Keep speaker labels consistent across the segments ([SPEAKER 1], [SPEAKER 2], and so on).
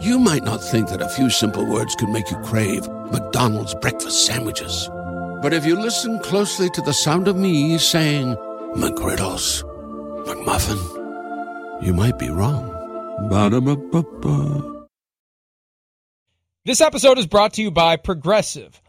[SPEAKER 1] You might not think that a few simple words can make you crave McDonald's breakfast sandwiches. But if you listen closely to the sound of me saying McGriddles, McMuffin, you might be wrong. Ba-da-ba-ba-ba.
[SPEAKER 2] This episode is brought to you by Progressive.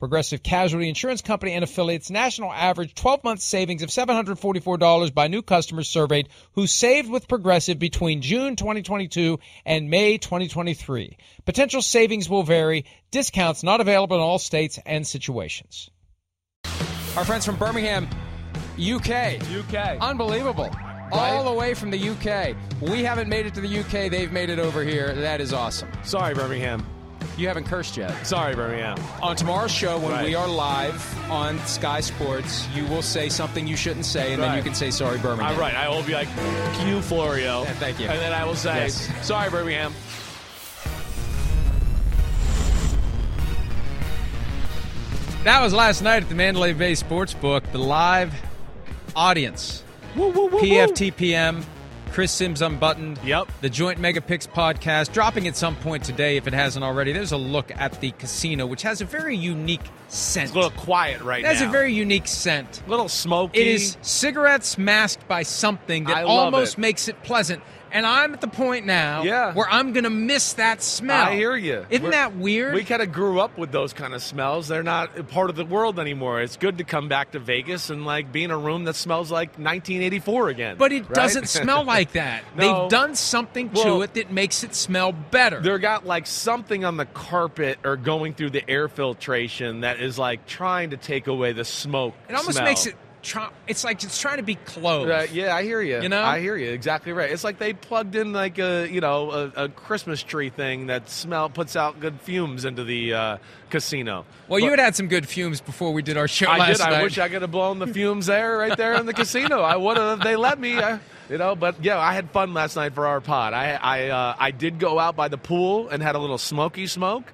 [SPEAKER 2] Progressive Casualty Insurance Company and affiliates national average 12 month savings of $744 by new customers surveyed who saved with Progressive between June 2022 and May 2023. Potential savings will vary, discounts not available in all states and situations. Our friends from Birmingham, UK.
[SPEAKER 3] UK.
[SPEAKER 2] Uh, Unbelievable. All the way from the UK. We haven't made it to the UK, they've made it over here. That is awesome.
[SPEAKER 3] Sorry, Birmingham.
[SPEAKER 2] You haven't cursed yet.
[SPEAKER 3] Sorry, Birmingham.
[SPEAKER 2] On tomorrow's show, when
[SPEAKER 3] Right.
[SPEAKER 2] we are live on Sky Sports, you will say something you shouldn't say, and then you
[SPEAKER 3] Right.
[SPEAKER 2] can say sorry, Birmingham.
[SPEAKER 3] All right, I will be like, Q Florio.
[SPEAKER 2] Yeah, thank you.
[SPEAKER 3] And then I will say,
[SPEAKER 2] Yes.
[SPEAKER 3] sorry, Birmingham.
[SPEAKER 2] That was last night at the Mandalay Bay Sportsbook, the live audience.
[SPEAKER 3] Woo, woo, woo, woo.
[SPEAKER 2] PFTPM, Chris Sims Unbuttoned.
[SPEAKER 3] Yep.
[SPEAKER 2] The Joint Megapix podcast, dropping at some point today if it hasn't already. There's a look at the casino, which has a very unique scent.
[SPEAKER 3] It's a little quiet right
[SPEAKER 2] it has
[SPEAKER 3] now.
[SPEAKER 2] a very unique scent.
[SPEAKER 3] little smoky.
[SPEAKER 2] It is cigarettes masked by something that
[SPEAKER 3] I love
[SPEAKER 2] almost
[SPEAKER 3] it.
[SPEAKER 2] makes it pleasant. And I'm at the point now
[SPEAKER 3] Yeah.
[SPEAKER 2] where I'm going to miss that smell.
[SPEAKER 3] I hear you.
[SPEAKER 2] Isn't that weird?
[SPEAKER 3] We kind of grew up with those kind of smells. They're not a part of the world anymore. It's good to come back to Vegas and like be in a room that smells like 1984 again.
[SPEAKER 2] but it
[SPEAKER 3] right?
[SPEAKER 2] doesn't smell like that.
[SPEAKER 3] No.
[SPEAKER 2] They've done something to
[SPEAKER 3] Well,
[SPEAKER 2] it that makes it smell better.
[SPEAKER 3] They're got like something on the carpet or going through the air filtration that is like trying to take away the smoke.
[SPEAKER 2] It almost
[SPEAKER 3] smell.
[SPEAKER 2] makes it. Try, it's like it's trying to be closed.
[SPEAKER 3] Right, yeah, I hear you.
[SPEAKER 2] You know?
[SPEAKER 3] I hear you. Exactly right. It's like they plugged in like a you know a, a Christmas tree thing that smell puts out good fumes into the uh, casino.
[SPEAKER 2] Well, you
[SPEAKER 3] But
[SPEAKER 2] had had some good fumes before we did our show
[SPEAKER 3] I
[SPEAKER 2] last
[SPEAKER 3] did. I
[SPEAKER 2] night.
[SPEAKER 3] wish I could have blown the fumes there, right there in the casino. I would have. if They let me. I, you know, but yeah, I had fun last night for our pod. I I uh, I did go out by the pool and had a little smoky smoke,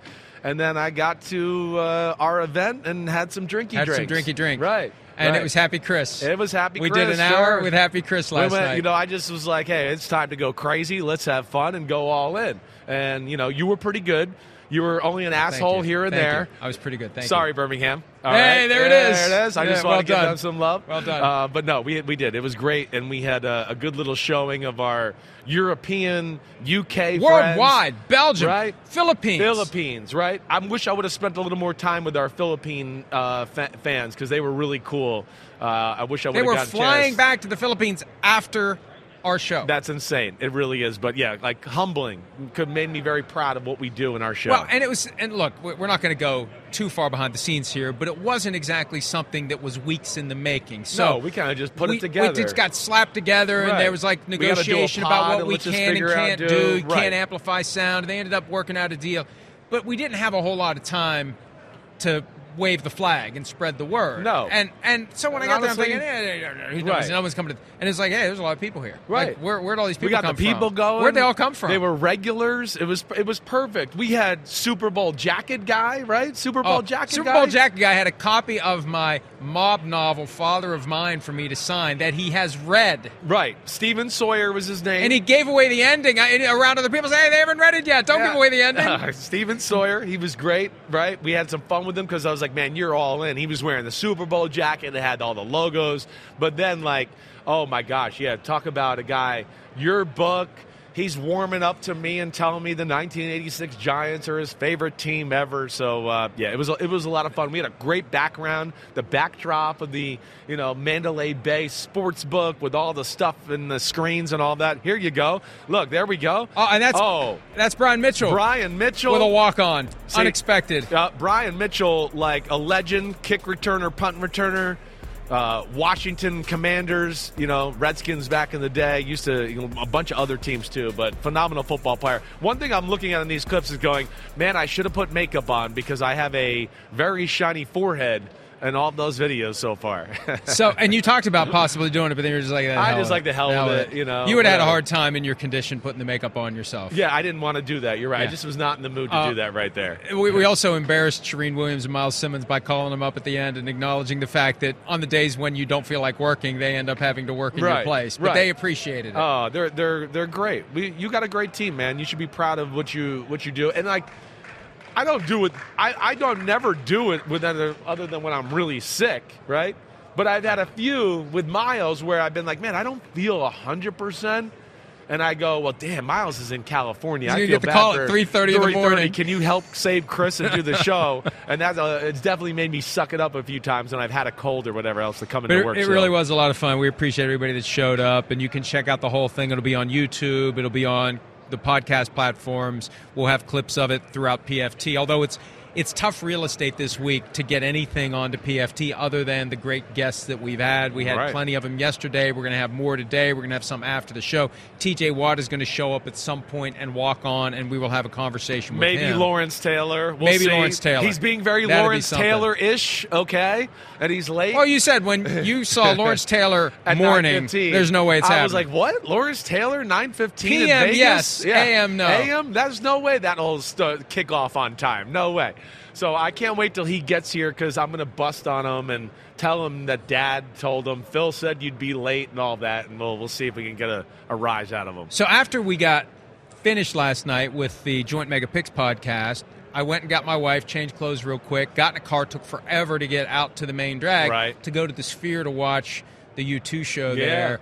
[SPEAKER 3] and then I got to uh, our event and had some drinky
[SPEAKER 2] had
[SPEAKER 3] drinks.
[SPEAKER 2] some drinky drink.
[SPEAKER 3] Right.
[SPEAKER 2] And
[SPEAKER 3] right.
[SPEAKER 2] it was Happy Chris.
[SPEAKER 3] It was Happy
[SPEAKER 2] We
[SPEAKER 3] Chris,
[SPEAKER 2] did an hour
[SPEAKER 3] sure.
[SPEAKER 2] with Happy Chris
[SPEAKER 3] We
[SPEAKER 2] last
[SPEAKER 3] went-
[SPEAKER 2] night.
[SPEAKER 3] You know, I just was like, hey, it's time to go crazy. Let's have fun and go all in. And you know, you were pretty good. You were only an
[SPEAKER 2] Thank
[SPEAKER 3] asshole
[SPEAKER 2] you.
[SPEAKER 3] here and
[SPEAKER 2] Thank you.
[SPEAKER 3] there.
[SPEAKER 2] I was pretty good. Thank
[SPEAKER 3] Sorry,
[SPEAKER 2] you.
[SPEAKER 3] Birmingham. All
[SPEAKER 2] Hey,
[SPEAKER 3] right.
[SPEAKER 2] there it
[SPEAKER 3] Yeah,
[SPEAKER 2] is.
[SPEAKER 3] There it is. I
[SPEAKER 2] Yeah,
[SPEAKER 3] just want
[SPEAKER 2] well
[SPEAKER 3] to give
[SPEAKER 2] done.
[SPEAKER 3] them some love.
[SPEAKER 2] Well done.
[SPEAKER 3] Uh, but no, we we did. It was great, and we had a, a good little showing of our European, UK,
[SPEAKER 2] Worldwide,
[SPEAKER 3] friends.
[SPEAKER 2] Belgium,
[SPEAKER 3] right?
[SPEAKER 2] Philippines.
[SPEAKER 3] Philippines, right? I wish I would have spent a little more time with our Philippine uh, fa- fans because they were really cool. Uh, I wish I would
[SPEAKER 2] They
[SPEAKER 3] have
[SPEAKER 2] were
[SPEAKER 3] gotten a
[SPEAKER 2] flying
[SPEAKER 3] chance.
[SPEAKER 2] back to the Philippines after our show.
[SPEAKER 3] That's insane. It really is. But yeah, like humbling. Could made me very proud of what we do in our show.
[SPEAKER 2] well, and it was, and look, we- we're not going to go too far behind the scenes here, but it wasn't exactly something that was weeks in the making. So
[SPEAKER 3] No, we kinda just put it
[SPEAKER 2] we-
[SPEAKER 3] together.
[SPEAKER 2] We just got slapped together, and
[SPEAKER 3] Right.
[SPEAKER 2] there was like
[SPEAKER 3] We gotta do a
[SPEAKER 2] negotiation
[SPEAKER 3] pod
[SPEAKER 2] about what
[SPEAKER 3] and
[SPEAKER 2] we
[SPEAKER 3] let's just
[SPEAKER 2] can and
[SPEAKER 3] figure out
[SPEAKER 2] can't
[SPEAKER 3] do-
[SPEAKER 2] do.
[SPEAKER 3] right.
[SPEAKER 2] Can't amplify sound. They ended up working out a deal, but we didn't have a whole lot of time to wave the flag and spread the word.
[SPEAKER 3] No.
[SPEAKER 2] and and so when
[SPEAKER 3] And
[SPEAKER 2] I got
[SPEAKER 3] honestly-
[SPEAKER 2] there, I'm thinking, eh, eh, eh, eh, who knows?
[SPEAKER 3] Right.
[SPEAKER 2] No one's coming to, and it's like, hey, there's a lot of people here. Like,
[SPEAKER 3] Right.
[SPEAKER 2] where where'd all these people
[SPEAKER 3] we got the
[SPEAKER 2] come
[SPEAKER 3] people
[SPEAKER 2] from?
[SPEAKER 3] going.
[SPEAKER 2] Where'd they all come from?
[SPEAKER 3] They were regulars. It was it was perfect. We had Super Bowl jacket guy, right? Super Bowl
[SPEAKER 2] Oh,
[SPEAKER 3] jacket
[SPEAKER 2] Super
[SPEAKER 3] guy.
[SPEAKER 2] Bowl jacket guy had a copy of my mob novel, Father of Mine, for me to sign that he has read.
[SPEAKER 3] Right. Steven Sawyer was his name.
[SPEAKER 2] And he gave away the ending I, around other people. Say, hey, they haven't read it yet. Don't give away the ending. Oh,
[SPEAKER 3] Steven Sawyer, he was great, right? We had some fun with him because I was like, man, you're all in. He was wearing the Super Bowl jacket that had all the logos. But then, like, oh my gosh, yeah, talk about a guy, your book, he's warming up to me and telling me the 1986 Giants are his favorite team ever. So uh, yeah, it was a, it was a lot of fun. We had a great background, the backdrop of the you know Mandalay Bay sports book with all the stuff and the screens and all that. Here you go. Look, there we go.
[SPEAKER 2] Oh, and that's
[SPEAKER 3] oh.
[SPEAKER 2] that's Brian Mitchell
[SPEAKER 3] Brian Mitchell
[SPEAKER 2] with a walk on,
[SPEAKER 3] See,
[SPEAKER 2] unexpected.
[SPEAKER 3] Uh, Brian Mitchell, like a legend, kick returner, punt returner. Uh, Washington Commanders, you know, Redskins back in the day, used to you know, a bunch of other teams too, but phenomenal football player. One thing I'm looking at in these clips is going, man, I should have put makeup on because I have a very shiny forehead in all those videos so far.
[SPEAKER 2] So, and you talked about possibly doing it, but then you're just like, eh,
[SPEAKER 3] I
[SPEAKER 2] hell
[SPEAKER 3] just
[SPEAKER 2] with
[SPEAKER 3] like the hell with
[SPEAKER 2] with
[SPEAKER 3] it, you know,
[SPEAKER 2] you would have had a
[SPEAKER 3] whatever.
[SPEAKER 2] hard time in your condition putting the makeup on yourself.
[SPEAKER 3] yeah, I didn't want to do that. You're right. I
[SPEAKER 2] Yeah.
[SPEAKER 3] just was not in the mood to
[SPEAKER 2] Uh,
[SPEAKER 3] do that right there.
[SPEAKER 2] We, we also embarrassed Shereen Williams and Miles Simmons by calling them up at the end and acknowledging the fact that on the days when you don't feel like working, they end up having to work in your
[SPEAKER 3] Right,
[SPEAKER 2] place. But
[SPEAKER 3] right.
[SPEAKER 2] they appreciated it.
[SPEAKER 3] Oh, they're they're they're great. We, you got a great team, man. You should be proud of what you what you do. And like, I don't do it. I, I don't never do it with other other than when I'm really sick, right? But I've had a few with Miles where I've been like, man, I don't feel hundred percent. And I go, well, damn, Miles is in California.
[SPEAKER 2] He's
[SPEAKER 3] I
[SPEAKER 2] gonna
[SPEAKER 3] feel
[SPEAKER 2] get the
[SPEAKER 3] bad
[SPEAKER 2] call at
[SPEAKER 3] for
[SPEAKER 2] 3:30 in the
[SPEAKER 3] 3:30.
[SPEAKER 2] morning.
[SPEAKER 3] Can you help save Chris and do the show? and that's uh, it's definitely made me suck it up a few times. And I've had a cold or whatever else to come into
[SPEAKER 2] But it,
[SPEAKER 3] work.
[SPEAKER 2] it
[SPEAKER 3] so-
[SPEAKER 2] really was a lot of fun. We appreciate everybody that showed up, and you can check out the whole thing. It'll be on YouTube. It'll be on the podcast platforms. We'll have clips of it throughout PFT. Although it's it's tough real estate this week to get anything onto PFT other than the great guests that we've had. We had
[SPEAKER 3] Right.
[SPEAKER 2] plenty of them yesterday. We're going to have more today. We're going to have some after the show. TJ Watt is going to show up at some point and walk on, and we will have a conversation with
[SPEAKER 3] Maybe
[SPEAKER 2] him.
[SPEAKER 3] Lawrence Taylor. We'll
[SPEAKER 2] Maybe
[SPEAKER 3] see.
[SPEAKER 2] Lawrence Taylor.
[SPEAKER 3] He's being very
[SPEAKER 2] That'd be
[SPEAKER 3] Lawrence
[SPEAKER 2] something.
[SPEAKER 3] Taylor ish, okay? And he's late.
[SPEAKER 2] Well, you said when you saw Lawrence Taylor
[SPEAKER 3] At
[SPEAKER 2] morning,
[SPEAKER 3] 9:15.
[SPEAKER 2] there's no way it's
[SPEAKER 3] I
[SPEAKER 2] happening.
[SPEAKER 3] was like, what? Lawrence Taylor, 9.15
[SPEAKER 2] PM,
[SPEAKER 3] in Vegas?
[SPEAKER 2] yes.
[SPEAKER 3] Yeah.
[SPEAKER 2] AM, no.
[SPEAKER 3] AM? There's no way that'll st- kick off on time. No way. So I can't wait till he gets here because I'm going to bust on him and tell him that Dad told him, Phil said you'd be late and all that, and we'll, we'll see if we can get a, a rise out of him.
[SPEAKER 2] So after we got finished last night with the Joint Mega Picks podcast, I went and got my wife, changed clothes real quick, got in a car, took forever to get out to the main drag
[SPEAKER 3] Right.
[SPEAKER 2] to go to the Sphere to watch the U2 show
[SPEAKER 3] Yeah.
[SPEAKER 2] there.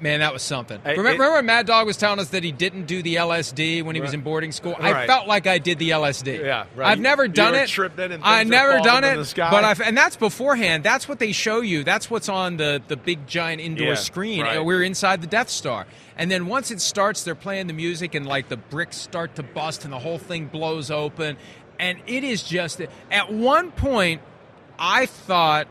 [SPEAKER 2] Man, that was something.
[SPEAKER 3] Hey,
[SPEAKER 2] remember,
[SPEAKER 3] it-
[SPEAKER 2] remember when Mad Dog was telling us that he didn't do the LSD when he was in boarding school? I
[SPEAKER 3] Right.
[SPEAKER 2] felt like I did the LSD.
[SPEAKER 3] Yeah, right.
[SPEAKER 2] I've never
[SPEAKER 3] You
[SPEAKER 2] done
[SPEAKER 3] were
[SPEAKER 2] it.
[SPEAKER 3] tripping and
[SPEAKER 2] I
[SPEAKER 3] things were
[SPEAKER 2] never
[SPEAKER 3] falling
[SPEAKER 2] done
[SPEAKER 3] from
[SPEAKER 2] it.
[SPEAKER 3] the sky.
[SPEAKER 2] But I've and that's beforehand. That's what they show you. That's what's on the the big giant indoor
[SPEAKER 3] Yeah,
[SPEAKER 2] screen.
[SPEAKER 3] right.
[SPEAKER 2] Uh, We're inside the Death Star, and then once it starts, they're playing the music, and like the bricks start to bust, and the whole thing blows open, and it is just. At one point, I thought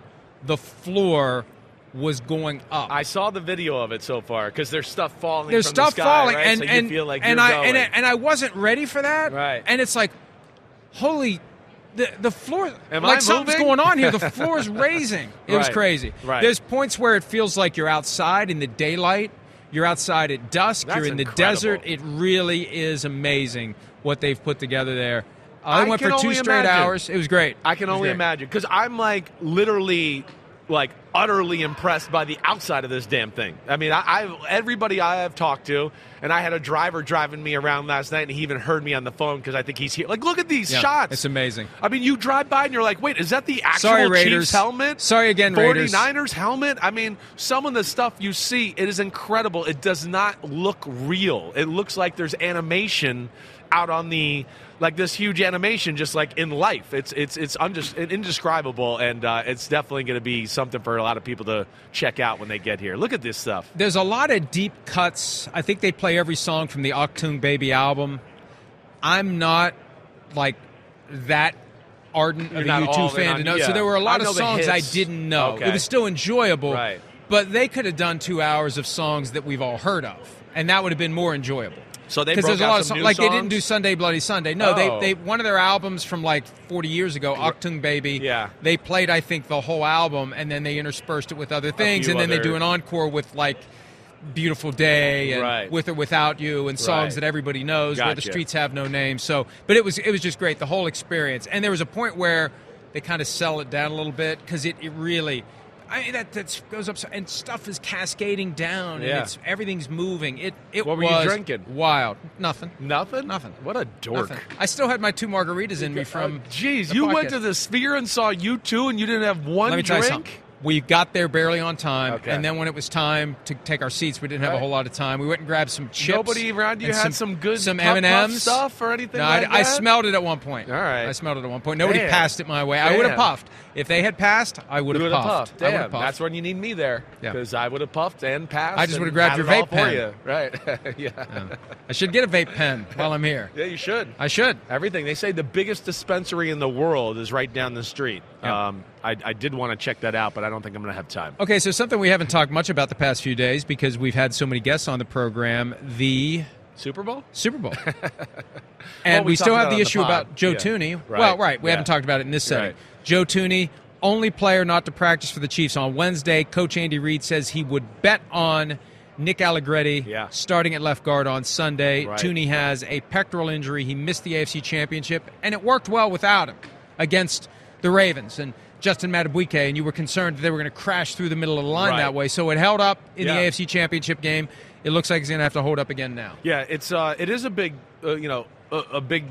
[SPEAKER 2] the floor was going up.
[SPEAKER 3] I saw the video of it so far because there's stuff falling.
[SPEAKER 2] there's
[SPEAKER 3] from
[SPEAKER 2] stuff
[SPEAKER 3] the sky,
[SPEAKER 2] falling,
[SPEAKER 3] right?
[SPEAKER 2] and
[SPEAKER 3] so
[SPEAKER 2] and
[SPEAKER 3] you feel like
[SPEAKER 2] and
[SPEAKER 3] you're
[SPEAKER 2] I
[SPEAKER 3] going.
[SPEAKER 2] and I- and I wasn't ready for that.
[SPEAKER 3] Right.
[SPEAKER 2] and it's like, holy. The, the floor
[SPEAKER 3] Am
[SPEAKER 2] like
[SPEAKER 3] I
[SPEAKER 2] something's
[SPEAKER 3] moving?
[SPEAKER 2] going on here the floor is raising it was
[SPEAKER 3] Right.
[SPEAKER 2] crazy
[SPEAKER 3] Right.
[SPEAKER 2] there's points where it feels like you're outside in the daylight you're outside at dusk
[SPEAKER 3] That's
[SPEAKER 2] you're in the
[SPEAKER 3] incredible.
[SPEAKER 2] desert it really is amazing what they've put together there i,
[SPEAKER 3] I
[SPEAKER 2] went for
[SPEAKER 3] can
[SPEAKER 2] two
[SPEAKER 3] only
[SPEAKER 2] straight
[SPEAKER 3] imagine.
[SPEAKER 2] hours it was great
[SPEAKER 3] I can
[SPEAKER 2] It was
[SPEAKER 3] only
[SPEAKER 2] great.
[SPEAKER 3] imagine because I'm like literally, like utterly impressed by the outside of this damn thing. I mean, I, I everybody I have talked to, and I had a driver driving me around last night, and he even heard me on the phone because I think he's here. Like, look at these
[SPEAKER 2] Yeah,
[SPEAKER 3] shots.
[SPEAKER 2] it's amazing.
[SPEAKER 3] I mean, you drive by and you're like, wait, is that the actual
[SPEAKER 2] Sorry, Raiders.
[SPEAKER 3] Chiefs helmet?
[SPEAKER 2] Sorry again, Raiders.
[SPEAKER 3] 49ers helmet. I mean, some of the stuff you see, it is incredible. It does not look real. It looks like there's animation out on the like this huge animation, just like in life. It's it's it's undes- indescribable, and uh, it's definitely going to be something for a lot of people to check out when they get here. Look at this stuff.
[SPEAKER 2] There's a lot of deep cuts. I think they play every song from the Octung Baby album. I'm not like that ardent
[SPEAKER 3] You're
[SPEAKER 2] of a
[SPEAKER 3] not all
[SPEAKER 2] U2
[SPEAKER 3] in
[SPEAKER 2] fan
[SPEAKER 3] on-
[SPEAKER 2] to know.
[SPEAKER 3] yeah.
[SPEAKER 2] So there were a lot
[SPEAKER 3] I
[SPEAKER 2] of
[SPEAKER 3] know the
[SPEAKER 2] songs I
[SPEAKER 3] hits.
[SPEAKER 2] didn't know.
[SPEAKER 3] Okay.
[SPEAKER 2] It was still enjoyable,
[SPEAKER 3] Right.
[SPEAKER 2] but they could have done two hours of songs that we've all heard of, and that would have been more enjoyable.
[SPEAKER 3] So they
[SPEAKER 2] 'Cause
[SPEAKER 3] broke
[SPEAKER 2] there's a
[SPEAKER 3] out
[SPEAKER 2] lot of
[SPEAKER 3] some
[SPEAKER 2] song-
[SPEAKER 3] new
[SPEAKER 2] like they didn't
[SPEAKER 3] songs?
[SPEAKER 2] do Sunday Bloody Sunday. No,
[SPEAKER 3] Oh.
[SPEAKER 2] they they one of their albums from like 40 years ago, Octung Baby.
[SPEAKER 3] Yeah.
[SPEAKER 2] they played I think the whole album, and then they interspersed it with other things,
[SPEAKER 3] few
[SPEAKER 2] and then they
[SPEAKER 3] other-
[SPEAKER 2] do an encore with like beautiful day and
[SPEAKER 3] Right.
[SPEAKER 2] with or without you and songs
[SPEAKER 3] Right.
[SPEAKER 2] that everybody knows where the
[SPEAKER 3] Gotcha.
[SPEAKER 2] streets have no name so but it was it was just great the whole experience and there was a point where they kind of sell it down a little bit because it, it really I mean, that that goes up so, and stuff is cascading down
[SPEAKER 3] Yeah.
[SPEAKER 2] and it's everything's moving it it
[SPEAKER 3] What were you
[SPEAKER 2] was
[SPEAKER 3] drinking?
[SPEAKER 2] wild nothing
[SPEAKER 3] Nothing.
[SPEAKER 2] Nothing.
[SPEAKER 3] What a dork.
[SPEAKER 2] nothing I still had my two margaritas in me from
[SPEAKER 3] Jeez,
[SPEAKER 2] the
[SPEAKER 3] Uh, you
[SPEAKER 2] podcast.
[SPEAKER 3] went to the Sphere and saw you two, and you didn't have one
[SPEAKER 2] Let me tell you
[SPEAKER 3] drink.
[SPEAKER 2] something. We got there barely on time,
[SPEAKER 3] Okay.
[SPEAKER 2] and then when it was time to take our seats, we didn't have a
[SPEAKER 3] Right.
[SPEAKER 2] whole lot of time. We went and grabbed some chips.
[SPEAKER 3] Nobody around you
[SPEAKER 2] and
[SPEAKER 3] had some, good
[SPEAKER 2] some
[SPEAKER 3] Puff Puff
[SPEAKER 2] M&Ms
[SPEAKER 3] stuff or anything
[SPEAKER 2] No, I,
[SPEAKER 3] like
[SPEAKER 2] I
[SPEAKER 3] that?
[SPEAKER 2] smelled it at one point.
[SPEAKER 3] All right.
[SPEAKER 2] I smelled it at one point. Nobody
[SPEAKER 3] Damn.
[SPEAKER 2] passed it my way. I would have
[SPEAKER 3] Damn.
[SPEAKER 2] puffed if they had passed. I would
[SPEAKER 3] You
[SPEAKER 2] have
[SPEAKER 3] would have
[SPEAKER 2] puffed.
[SPEAKER 3] puffed.
[SPEAKER 2] I would
[SPEAKER 3] Damn,
[SPEAKER 2] have puffed.
[SPEAKER 3] that's when you need me there
[SPEAKER 2] Yeah.
[SPEAKER 3] because I would have puffed and passed.
[SPEAKER 2] I just
[SPEAKER 3] and
[SPEAKER 2] would've grabbed
[SPEAKER 3] had
[SPEAKER 2] your
[SPEAKER 3] it all
[SPEAKER 2] vape pen.
[SPEAKER 3] for you. Right? yeah. yeah,
[SPEAKER 2] I should get a vape pen while I'm here.
[SPEAKER 3] you should.
[SPEAKER 2] I should.
[SPEAKER 3] Everything they say the biggest dispensary in the world is right down the street.
[SPEAKER 2] Yeah.
[SPEAKER 3] Um, I, I did want to check that out, but I don't think I'm going to have time.
[SPEAKER 2] Okay, so something we haven't talked much about the past few days because we've had so many guests on the program, the
[SPEAKER 3] Super Bowl?
[SPEAKER 2] Super Bowl. and
[SPEAKER 3] Well,
[SPEAKER 2] we,
[SPEAKER 3] we
[SPEAKER 2] still
[SPEAKER 3] talked about
[SPEAKER 2] have
[SPEAKER 3] it
[SPEAKER 2] the
[SPEAKER 3] on the
[SPEAKER 2] issue about
[SPEAKER 3] pod.
[SPEAKER 2] Joe
[SPEAKER 3] Yeah.
[SPEAKER 2] Tooney.
[SPEAKER 3] Right.
[SPEAKER 2] Well, right, we
[SPEAKER 3] Yeah.
[SPEAKER 2] haven't talked about it in this setting.
[SPEAKER 3] Right.
[SPEAKER 2] Joe Tooney, only player not to practice for the Chiefs on Wednesday. Coach Andy Reid says he would bet on Nick Allegretti
[SPEAKER 3] Yeah.
[SPEAKER 2] starting at left guard on Sunday.
[SPEAKER 3] Right.
[SPEAKER 2] Tooney has a pectoral injury. He missed the AFC Championship, and it worked well without him against the Ravens and Justin Matabuike. And you were concerned that they were going to crash through the middle of the line
[SPEAKER 3] Right.
[SPEAKER 2] that way, so it held up in
[SPEAKER 3] Yeah.
[SPEAKER 2] the AFC Championship game. It looks like it's going to have to hold up again now.
[SPEAKER 3] Yeah, it's uh, it is a big, uh, you know, a, a big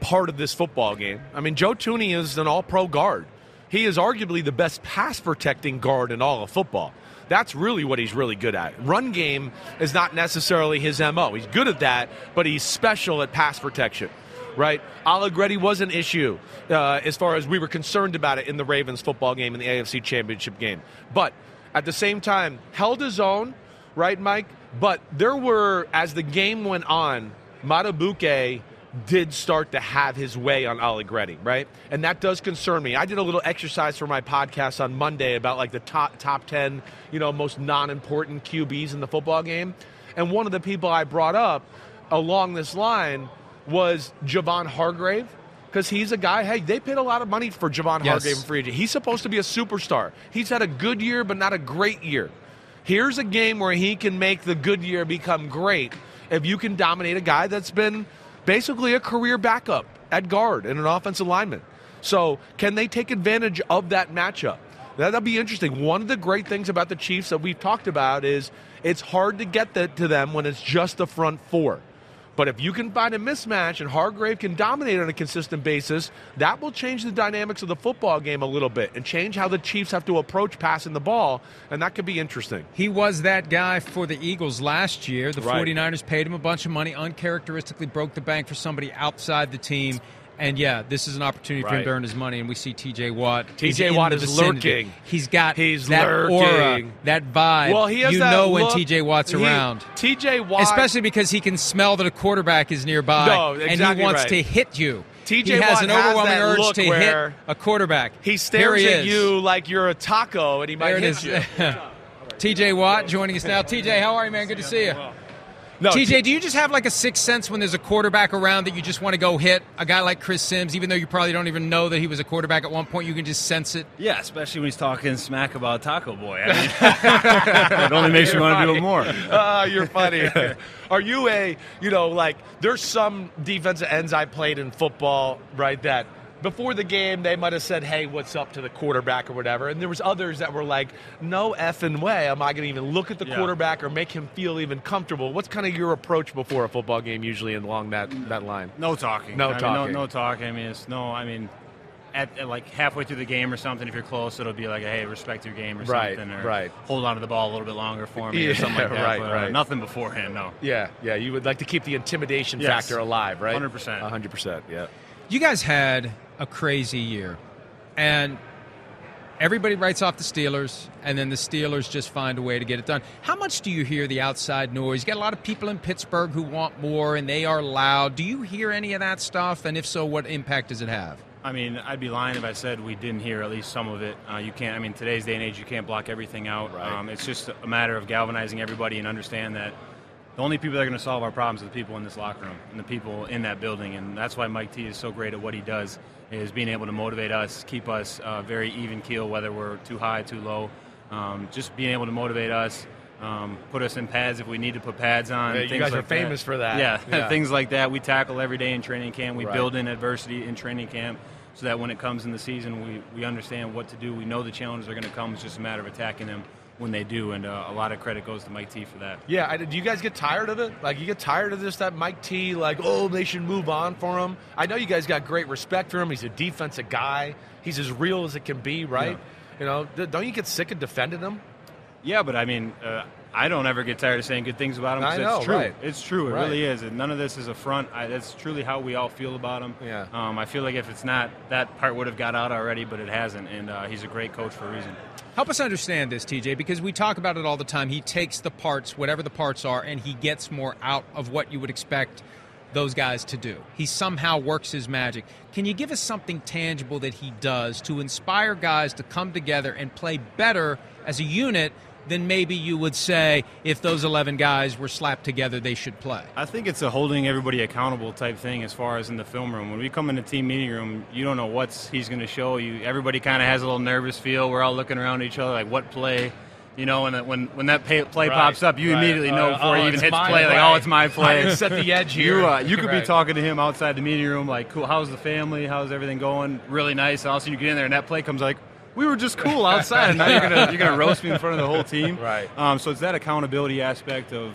[SPEAKER 3] part of this football game. I mean, Joe Tooney is an All-Pro guard. He is arguably the best pass protecting guard in all of football. That's really what he's really good at. Run game is not necessarily his mo. He's good at that, but he's special at pass protection. Right, Allegretti was an issue uh, as far as we were concerned about it in the Ravens football game and the AFC Championship game, but at the same time held his own right, Mike? But there were, as the game went on, Matabuke did start to have his way on Allegretti, right? And that does concern me. I did a little exercise for my podcast on Monday about like the top top ten, you know, most non-important QBs in the football game, and one of the people I brought up along this line was Javon Hargrave. Because he's a guy, hey, they paid a lot of money for Javon
[SPEAKER 2] Yes.
[SPEAKER 3] Hargrave and free agent. He's supposed to be a superstar. He's had a good year, but not a great year. Here's a game where he can make the good year become great if you can dominate a guy that's been basically a career backup at guard and an offensive lineman. So, can they take advantage of that matchup? That- That'll be interesting. One of the great things about the Chiefs that we've talked about is it's hard to get that to them when it's just the front four. But if you can find a mismatch and Hargrave can dominate on a consistent basis, that will change the dynamics of the football game a little bit and change how the Chiefs have to approach passing the ball, and that could be interesting.
[SPEAKER 2] He was that guy for the Eagles last year. The
[SPEAKER 3] Right.
[SPEAKER 2] 49ers paid him a bunch of money, uncharacteristically broke the bank for somebody outside the team. And yeah, this is an opportunity for him
[SPEAKER 3] Right.
[SPEAKER 2] to earn his money. And we see TJ Watt. He's
[SPEAKER 3] T.J.
[SPEAKER 2] in
[SPEAKER 3] Watt
[SPEAKER 2] the
[SPEAKER 3] is
[SPEAKER 2] vicinity.
[SPEAKER 3] lurking.
[SPEAKER 2] He's got
[SPEAKER 3] He's
[SPEAKER 2] that aura,
[SPEAKER 3] lurking.
[SPEAKER 2] that vibe. you know when TJ Watt's
[SPEAKER 3] He-
[SPEAKER 2] around.
[SPEAKER 3] TJ Watt,
[SPEAKER 2] Especially because he can smell that a quarterback is nearby
[SPEAKER 3] No,
[SPEAKER 2] and he
[SPEAKER 3] exactly
[SPEAKER 2] wants
[SPEAKER 3] right.
[SPEAKER 2] to hit you.
[SPEAKER 3] T.J.
[SPEAKER 2] He has
[SPEAKER 3] Watt
[SPEAKER 2] an
[SPEAKER 3] has
[SPEAKER 2] overwhelming
[SPEAKER 3] that
[SPEAKER 2] urge
[SPEAKER 3] look
[SPEAKER 2] to hit
[SPEAKER 3] where
[SPEAKER 2] a quarterback.
[SPEAKER 3] he stares
[SPEAKER 2] Here he
[SPEAKER 3] at
[SPEAKER 2] is.
[SPEAKER 3] you like you're a taco, and he might
[SPEAKER 2] There it
[SPEAKER 3] hit
[SPEAKER 2] is.
[SPEAKER 3] you.
[SPEAKER 2] TJ Watt joining us now. TJ, how are you, man? Good to see you.
[SPEAKER 3] No,
[SPEAKER 2] TJ, do you just have like a sixth sense when there's a quarterback around that you just want to go hit a guy like Chris Sims, even though you probably don't even know that he was a quarterback at one point? You can just sense it.
[SPEAKER 4] Yeah, especially when he's talking smack about Taco Boy. I mean, it only makes you want to do it more.
[SPEAKER 3] Ah, you're funny. Are you a, you know, like there's some defensive ends I played in football, right? That before the game they might have said, "Hey, what's up?" to the quarterback or whatever, and there was others that were like, "No effing way, am I going to even look at the
[SPEAKER 4] Yeah.
[SPEAKER 3] quarterback or make him feel even comfortable?" What's kind of your approach before a football game usually along that that line?
[SPEAKER 4] No talking.
[SPEAKER 3] No
[SPEAKER 4] I mean,
[SPEAKER 3] talking.
[SPEAKER 4] no, no talking. I mean, it's no. I mean, at, at like halfway through the game or something, if you're close, it'll be like, hey, respect your game or
[SPEAKER 3] Right,
[SPEAKER 4] something, or
[SPEAKER 3] right.
[SPEAKER 4] hold on to the ball a little bit longer for me
[SPEAKER 3] Yeah,
[SPEAKER 4] or something like that.
[SPEAKER 3] right,
[SPEAKER 4] but, uh,
[SPEAKER 3] right.
[SPEAKER 4] nothing beforehand. No.
[SPEAKER 3] Yeah, yeah. You would like to keep the intimidation
[SPEAKER 4] Yes.
[SPEAKER 3] factor alive, right?
[SPEAKER 4] 100%.
[SPEAKER 3] hundred percent. Yeah.
[SPEAKER 2] You guys had a crazy year, and everybody writes off the Steelers, and then the Steelers just find a way to get it done. How much do you hear the outside noise? You got a lot of people in Pittsburgh who want more, and they are loud. Do you hear any of that stuff? And if so, what impact does it have?
[SPEAKER 4] I mean, I'd be lying if I said we didn't hear at least some of it. Uh, you can't. I mean, today's day and age, you can't block everything out.
[SPEAKER 3] Right.
[SPEAKER 4] Um, it's just a matter of galvanizing everybody and understand that the only people that are going to solve our problems are the people in this locker room and the people in that building. And that's why Mike T is so great at what he does is being able to motivate us, keep us uh, very even keel, whether we're too high, too low. Um, just being able to motivate us, um, put us in pads if we need to put pads on.
[SPEAKER 3] Yeah, you
[SPEAKER 4] things
[SPEAKER 3] guys
[SPEAKER 4] like
[SPEAKER 3] are famous for that.
[SPEAKER 4] Yeah,
[SPEAKER 3] Yeah.
[SPEAKER 4] things like that. We tackle every day in training camp. We
[SPEAKER 3] Right.
[SPEAKER 4] build in adversity in training camp so that when it comes in the season, we, we understand what to do. We know the challenges are going to come. It's just a matter of attacking them when they do. And uh, a lot of credit goes to Mike T for that.
[SPEAKER 3] Yeah, I, do you guys get tired of it? Like, you get tired of this, that Mike T, like, oh, they should move on for him. I know you guys got great respect for him. He's a defensive guy, he's as real as it can be, right? You know, d- don't you get sick of defending him?
[SPEAKER 4] Yeah, but I mean, uh, I don't ever get tired of saying good things about him. 'cause
[SPEAKER 3] I know,
[SPEAKER 4] it's true.
[SPEAKER 3] right.
[SPEAKER 4] It's true. It
[SPEAKER 3] Right.
[SPEAKER 4] really is. And none of this is a front. I, that's truly how we all feel about him.
[SPEAKER 3] Yeah.
[SPEAKER 4] Um, I feel like if it's not, that part would have got out already, but it hasn't. And uh, he's a great coach for a reason.
[SPEAKER 2] Help us understand this, TJ, because we talk about it all the time. He takes the parts, whatever the parts are, and he gets more out of what you would expect those guys to do. He somehow works his magic. Can you give us something tangible that he does to inspire guys to come together and play better as a unit than maybe you would say if those 11 guys were slapped together, they should play?
[SPEAKER 4] I think it's a holding everybody accountable type thing as far as in the film room. When we come in the team meeting room, you don't know what's he's going to show you. Everybody kind of has a little nervous feel. We're all looking around at each other like, what play? You know, and that- when when that pay, play
[SPEAKER 5] Right,
[SPEAKER 4] pops up, you
[SPEAKER 5] right.
[SPEAKER 4] immediately
[SPEAKER 5] Oh,
[SPEAKER 4] know before
[SPEAKER 5] oh,
[SPEAKER 4] he even
[SPEAKER 5] it's
[SPEAKER 4] hits
[SPEAKER 5] my
[SPEAKER 4] play, like,
[SPEAKER 5] play.
[SPEAKER 4] Uh, oh, it's my
[SPEAKER 5] I
[SPEAKER 4] play.
[SPEAKER 5] didn't set the edge here.
[SPEAKER 4] You, uh, you could
[SPEAKER 5] Right.
[SPEAKER 4] be talking to him outside the meeting room, like, cool, how's the family? How's everything going? Really nice. And all of a sudden you get in there, and that play comes like, we were just cool outside, and now you're gonna you're gonna roast me in front of the whole team.
[SPEAKER 3] Right.
[SPEAKER 4] Um, so it's that accountability aspect of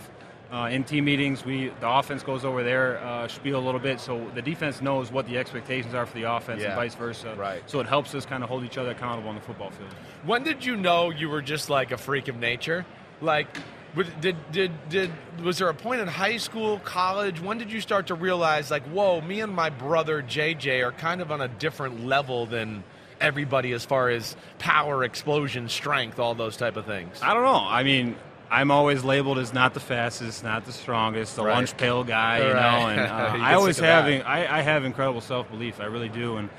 [SPEAKER 4] uh, in team meetings, we the offense goes over their uh, spiel a little bit, so the defense knows what the expectations are for the offense,
[SPEAKER 3] Yeah.
[SPEAKER 4] and vice versa.
[SPEAKER 3] Right.
[SPEAKER 4] So it helps us kind of hold each other accountable on the football field.
[SPEAKER 3] When did you know you were just like a freak of nature? Like, would- did did did was there a point in high school, college? When did you start to realize like, whoa, me and my brother JJ are kind of on a different level than everybody as far as power, explosion, strength, all those type of things?
[SPEAKER 4] I don't know. I mean, I'm always labeled as not the fastest, not the strongest, the
[SPEAKER 3] Right.
[SPEAKER 4] lunch pail guy,
[SPEAKER 3] Right.
[SPEAKER 4] you know. And uh,
[SPEAKER 3] You
[SPEAKER 4] I
[SPEAKER 3] get
[SPEAKER 4] always
[SPEAKER 3] sick of that.
[SPEAKER 4] have, I, I have incredible self belief. I really do, and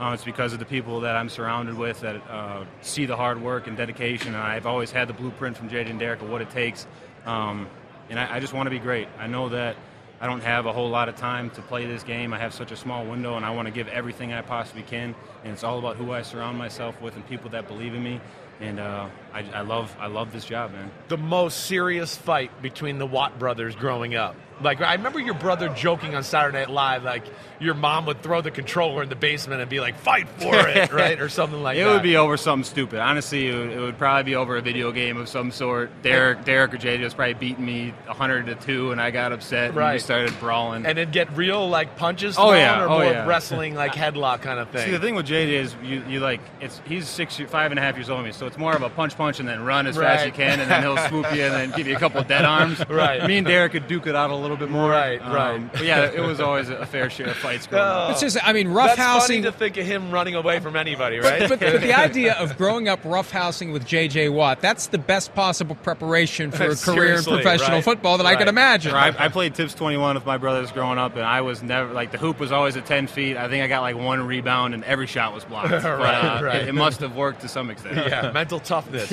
[SPEAKER 4] um, it's because of the people that I'm surrounded with that uh, see the hard work and dedication. And I've always had the blueprint from Jaden and Derek of what it takes. Um, and I, I just want to be great. I know that I don't have a whole lot of time to play this game. I have such a small window, and I want to give everything I possibly can. And it's all about who I surround myself with and people that believe in me. And uh, I, I love, I love this job, man.
[SPEAKER 3] the most serious fight between the Watt brothers growing up. Like I remember your brother joking on Saturday Night Live, like your mom would throw the controller in the basement and be like, "Fight for it," right, or something like
[SPEAKER 4] it
[SPEAKER 3] that.
[SPEAKER 4] would be over something stupid. Honestly, it would, it would probably be over a video game of some sort. Derek, Derek or JJ was probably beating me 100 to two, and I got upset. and
[SPEAKER 3] Right.
[SPEAKER 4] we started brawling.
[SPEAKER 3] and it'd get real like punches
[SPEAKER 4] Oh,
[SPEAKER 3] thrown
[SPEAKER 4] yeah.
[SPEAKER 3] or
[SPEAKER 4] Oh,
[SPEAKER 3] more
[SPEAKER 4] yeah.
[SPEAKER 3] wrestling like headlock kind of thing.
[SPEAKER 4] See, the thing with JJ is you, you like it's he's six, year- five and a half years older than me, so it's more of a punch, punch, and then run as fast as you
[SPEAKER 3] Right.
[SPEAKER 4] can, and then he'll swoop you and then give you a couple dead arms.
[SPEAKER 3] Right.
[SPEAKER 4] Me and Derek could duke it out a little bit more. Um,
[SPEAKER 3] Right, right.
[SPEAKER 4] But yeah, it was always a fair share of fights. Growing up.
[SPEAKER 3] Oh,
[SPEAKER 2] It's just, I mean,
[SPEAKER 3] that's
[SPEAKER 2] roughhousing.
[SPEAKER 3] funny to think of him running away from anybody,
[SPEAKER 2] But,
[SPEAKER 3] right?
[SPEAKER 2] but, but the idea of growing up roughhousing with J.J. Watt, that's the best possible preparation for a career in
[SPEAKER 3] Seriously,
[SPEAKER 2] professional
[SPEAKER 3] right,
[SPEAKER 2] football that I
[SPEAKER 3] right.
[SPEAKER 2] could imagine.
[SPEAKER 4] Sure, I, I played tips 21 with my brothers growing up, and I was never like the hoop was always at 10 feet. I think I got like one rebound, and every shot was blocked. But,
[SPEAKER 3] Right,
[SPEAKER 4] uh,
[SPEAKER 3] right.
[SPEAKER 4] It, it must have worked to some extent.
[SPEAKER 3] yeah, mental toughness.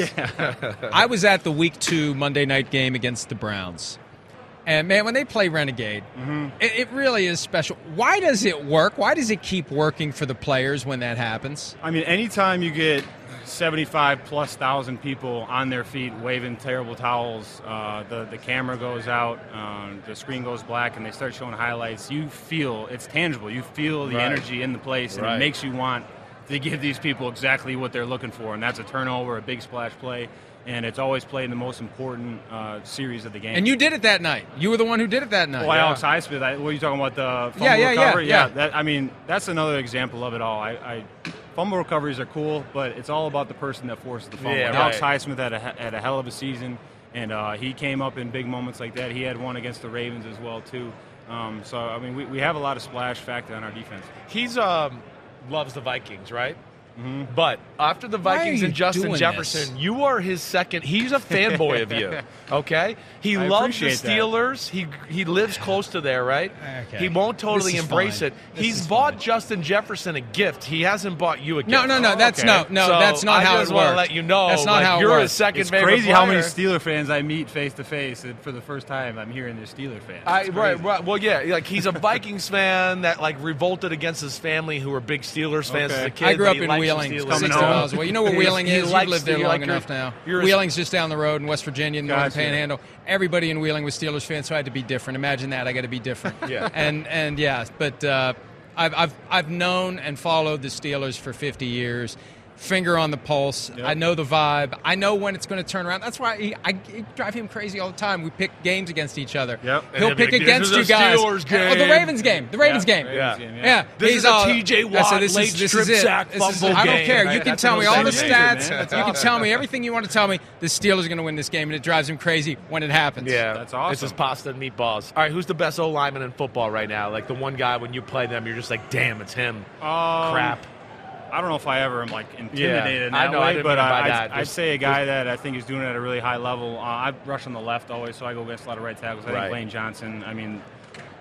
[SPEAKER 2] I was at the week two Monday night game against the Browns. And man, when they play Renegade,
[SPEAKER 3] Mm-hmm.
[SPEAKER 2] it, it really is special. Why does it work? Why does it keep working for the players when that happens?
[SPEAKER 4] I mean, anytime you get 75 plus thousand people on their feet waving terrible towels, uh, the, the camera goes out, um, the screen goes black, and they start showing highlights, you feel it's tangible. You feel the
[SPEAKER 3] Right.
[SPEAKER 4] energy in the place, and
[SPEAKER 3] Right.
[SPEAKER 4] it makes you want to give these people exactly what they're looking for, and that's a turnover, a big splash play, and it's always played in the most important uh, series of the game.
[SPEAKER 2] And you did it that night. You were the one who did it that night.
[SPEAKER 4] Well, Oh, Alex Highsmith, I, what are you talking about? The fumble
[SPEAKER 2] Yeah, yeah, yeah,
[SPEAKER 4] recovery?
[SPEAKER 2] yeah.
[SPEAKER 4] that, I mean, that's another example of it all. I, I Fumble recoveries are cool, but it's all about the person that forces the fumble.
[SPEAKER 3] Yeah,
[SPEAKER 4] And Alex
[SPEAKER 3] right.
[SPEAKER 4] Highsmith had a, had a hell of a season, and uh, he came up in big moments like that. He had one against the Ravens as well, too. Um, so, I mean, we, we have a lot of splash factor on our defense.
[SPEAKER 3] He's um loves the Vikings, right? But after the
[SPEAKER 2] Mm-hmm. Why are
[SPEAKER 3] Vikings
[SPEAKER 2] you
[SPEAKER 3] and Justin
[SPEAKER 2] doing
[SPEAKER 3] Jefferson,
[SPEAKER 2] this?
[SPEAKER 3] you are his second. He's a fanboy of you. Okay, he
[SPEAKER 4] I
[SPEAKER 3] loves the
[SPEAKER 4] appreciate that.
[SPEAKER 3] Steelers. He he lives close to there, right?
[SPEAKER 2] Okay.
[SPEAKER 3] He won't totally
[SPEAKER 2] This is
[SPEAKER 3] embrace
[SPEAKER 2] fine.
[SPEAKER 3] it.
[SPEAKER 2] This
[SPEAKER 3] He's
[SPEAKER 2] is
[SPEAKER 3] bought
[SPEAKER 2] fine.
[SPEAKER 3] Justin Jefferson a gift. He hasn't bought you a gift.
[SPEAKER 2] no, no, no. That's
[SPEAKER 4] okay.
[SPEAKER 2] no, no.
[SPEAKER 3] So
[SPEAKER 2] that's not
[SPEAKER 3] I
[SPEAKER 2] how
[SPEAKER 3] just
[SPEAKER 2] it
[SPEAKER 3] wanna
[SPEAKER 2] works.
[SPEAKER 3] let you know
[SPEAKER 2] that's not
[SPEAKER 3] like,
[SPEAKER 2] how it
[SPEAKER 3] you're
[SPEAKER 2] works.
[SPEAKER 3] his second
[SPEAKER 4] It's
[SPEAKER 3] favorite.
[SPEAKER 4] crazy how many
[SPEAKER 3] player.
[SPEAKER 4] Steeler fans I meet face to face, and for the first time, I'm hearing they're Steeler fans.
[SPEAKER 3] I,
[SPEAKER 4] It's
[SPEAKER 3] right,
[SPEAKER 4] crazy.
[SPEAKER 3] right. Well, yeah, like he's a Vikings fan that like revolted against his family, who were big Steelers fans
[SPEAKER 4] Okay.
[SPEAKER 3] as a kid.
[SPEAKER 2] I grew
[SPEAKER 3] but
[SPEAKER 2] up
[SPEAKER 3] he
[SPEAKER 2] in
[SPEAKER 3] likes the
[SPEAKER 2] Wheeling,
[SPEAKER 3] Steelers.
[SPEAKER 2] 60
[SPEAKER 4] Coming
[SPEAKER 2] miles
[SPEAKER 4] home.
[SPEAKER 2] away. You know where
[SPEAKER 3] He-
[SPEAKER 2] Wheeling
[SPEAKER 3] he
[SPEAKER 2] is. You've
[SPEAKER 3] likes
[SPEAKER 2] lived
[SPEAKER 3] the-
[SPEAKER 2] there
[SPEAKER 3] you're
[SPEAKER 2] long
[SPEAKER 3] like-
[SPEAKER 2] enough now.
[SPEAKER 3] you're a-
[SPEAKER 2] Wheeling's just down the road in West Virginia, in the Northern
[SPEAKER 4] Gotcha.
[SPEAKER 2] Panhandle. Everybody in Wheeling was Steelers fans, so I had to be different. Imagine that. I got to be different.
[SPEAKER 3] Yeah.
[SPEAKER 2] And and yeah, but uh, I've I've I've known and followed the Steelers for 50 years. finger on the pulse.
[SPEAKER 4] Yep.
[SPEAKER 2] I know the vibe. I know when it's going to turn around. That's why he, I it drive him crazy all the time. We pick games against each other.
[SPEAKER 4] Yep. And
[SPEAKER 2] He'll
[SPEAKER 4] he'll be
[SPEAKER 2] pick
[SPEAKER 4] like, "This
[SPEAKER 2] against
[SPEAKER 4] is a
[SPEAKER 2] you guys.
[SPEAKER 3] Steelers
[SPEAKER 2] Oh, the
[SPEAKER 3] game.
[SPEAKER 2] Ravens game. The Ravens game.
[SPEAKER 3] Yeah.
[SPEAKER 4] Ravens game,
[SPEAKER 2] Yeah,
[SPEAKER 3] This
[SPEAKER 2] he's
[SPEAKER 3] is a
[SPEAKER 2] all-
[SPEAKER 3] T.J.
[SPEAKER 2] I said,
[SPEAKER 3] Watt
[SPEAKER 2] this
[SPEAKER 3] late
[SPEAKER 2] is, this
[SPEAKER 3] strip
[SPEAKER 2] is it.
[SPEAKER 3] sack
[SPEAKER 2] This is-
[SPEAKER 3] fumble
[SPEAKER 2] I don't
[SPEAKER 3] game,
[SPEAKER 2] care.
[SPEAKER 3] right?
[SPEAKER 2] You can
[SPEAKER 4] That's
[SPEAKER 2] tell
[SPEAKER 4] what
[SPEAKER 2] me
[SPEAKER 4] I'm
[SPEAKER 2] all the
[SPEAKER 4] saying. Yeah,
[SPEAKER 2] stats.
[SPEAKER 4] man. That's
[SPEAKER 2] you can
[SPEAKER 4] awesome.
[SPEAKER 2] tell me everything you want to tell me. The Steelers are going to win this game, and it drives him crazy when it happens.
[SPEAKER 3] Yeah,
[SPEAKER 4] That's awesome.
[SPEAKER 3] This is pasta and meatballs. All right, who's the best O lineman in football right now? Like the one guy when you play them, you're just like, damn, it's him.
[SPEAKER 4] Um,
[SPEAKER 3] Crap.
[SPEAKER 4] I don't know if I ever am like intimidated
[SPEAKER 3] Yeah,
[SPEAKER 4] in
[SPEAKER 3] I
[SPEAKER 4] that
[SPEAKER 3] know, I
[SPEAKER 4] way,
[SPEAKER 3] didn't
[SPEAKER 4] but
[SPEAKER 3] mean it by
[SPEAKER 4] I, I'd,
[SPEAKER 3] that.
[SPEAKER 4] I'd
[SPEAKER 3] Just-
[SPEAKER 4] say a guy that I think is doing it at a really high level. Uh, I rush on the left always, so I go against a lot of right tackles. I
[SPEAKER 3] Right.
[SPEAKER 4] think Lane Johnson. I mean,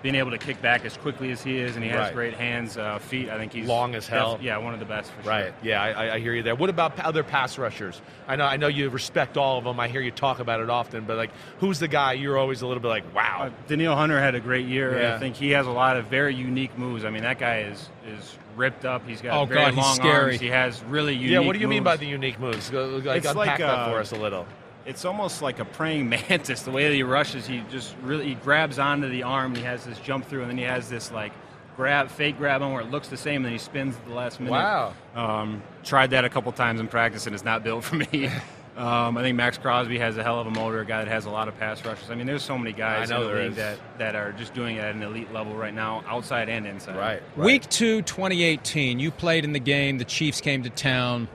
[SPEAKER 4] being able to kick back as quickly as he is, and he has
[SPEAKER 3] Right.
[SPEAKER 4] great hands, uh, feet. I think he's
[SPEAKER 3] Long as hell.
[SPEAKER 4] def- Yeah, one of the best for sure.
[SPEAKER 3] Right. Yeah, I, I- I hear you there. What about p- other pass rushers? I know, I know you respect all of them. I hear you talk about it often, but like, who's the guy you're always a little bit like, wow.
[SPEAKER 4] Uh, Daniil Hunter had a great year.
[SPEAKER 3] Yeah.
[SPEAKER 4] I think he has a lot of very unique moves. I mean, that guy is is ripped up. He's got
[SPEAKER 2] Oh,
[SPEAKER 4] very
[SPEAKER 2] God, he's
[SPEAKER 4] long
[SPEAKER 2] scary.
[SPEAKER 4] arms. He has really unique.
[SPEAKER 3] yeah. What do you mean
[SPEAKER 4] moves.
[SPEAKER 3] by the unique moves? Go- Like,
[SPEAKER 4] It's
[SPEAKER 3] unpack
[SPEAKER 4] like,
[SPEAKER 3] that
[SPEAKER 4] uh,
[SPEAKER 3] for us a little.
[SPEAKER 4] It's almost like a praying mantis. The way that he rushes, he just really he grabs onto the arm. And he has this jump through, and then he has this like grab, fake grab on where it looks the same, and then he spins at the last minute.
[SPEAKER 3] Wow.
[SPEAKER 4] Um, tried that a couple times in practice, and it's not built for me. Um, I think Max Crosby has a hell of a motor, a guy that has a lot of pass rushes. I mean, there's so many guys
[SPEAKER 3] I know
[SPEAKER 4] in the
[SPEAKER 3] there
[SPEAKER 4] league
[SPEAKER 3] is.
[SPEAKER 4] that, that are just doing it at an elite level right now, outside and inside.
[SPEAKER 3] Right.
[SPEAKER 2] Week two, 2018, you played in the game. The Chiefs came to town.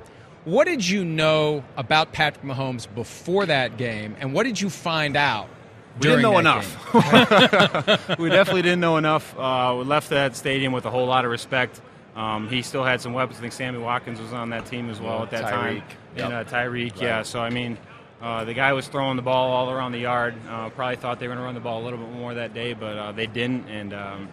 [SPEAKER 2] What did you know about Patrick Mahomes before that game, and what did you find out?
[SPEAKER 4] We didn't
[SPEAKER 2] during
[SPEAKER 4] know
[SPEAKER 2] that
[SPEAKER 4] enough.
[SPEAKER 2] game?
[SPEAKER 4] we definitely didn't know enough. Uh, we left that stadium with a whole lot of respect. Um, he still had some weapons. I think Sammy Watkins was on that team as well
[SPEAKER 3] Yeah,
[SPEAKER 4] at that
[SPEAKER 3] Tyreek.
[SPEAKER 4] time. And uh,
[SPEAKER 3] Yep.
[SPEAKER 4] Tyreek, yeah. So, I mean, uh, the guy was throwing the ball all around the yard. Uh, probably thought they were going to run the ball a little bit more that day, but uh, they didn't. And um,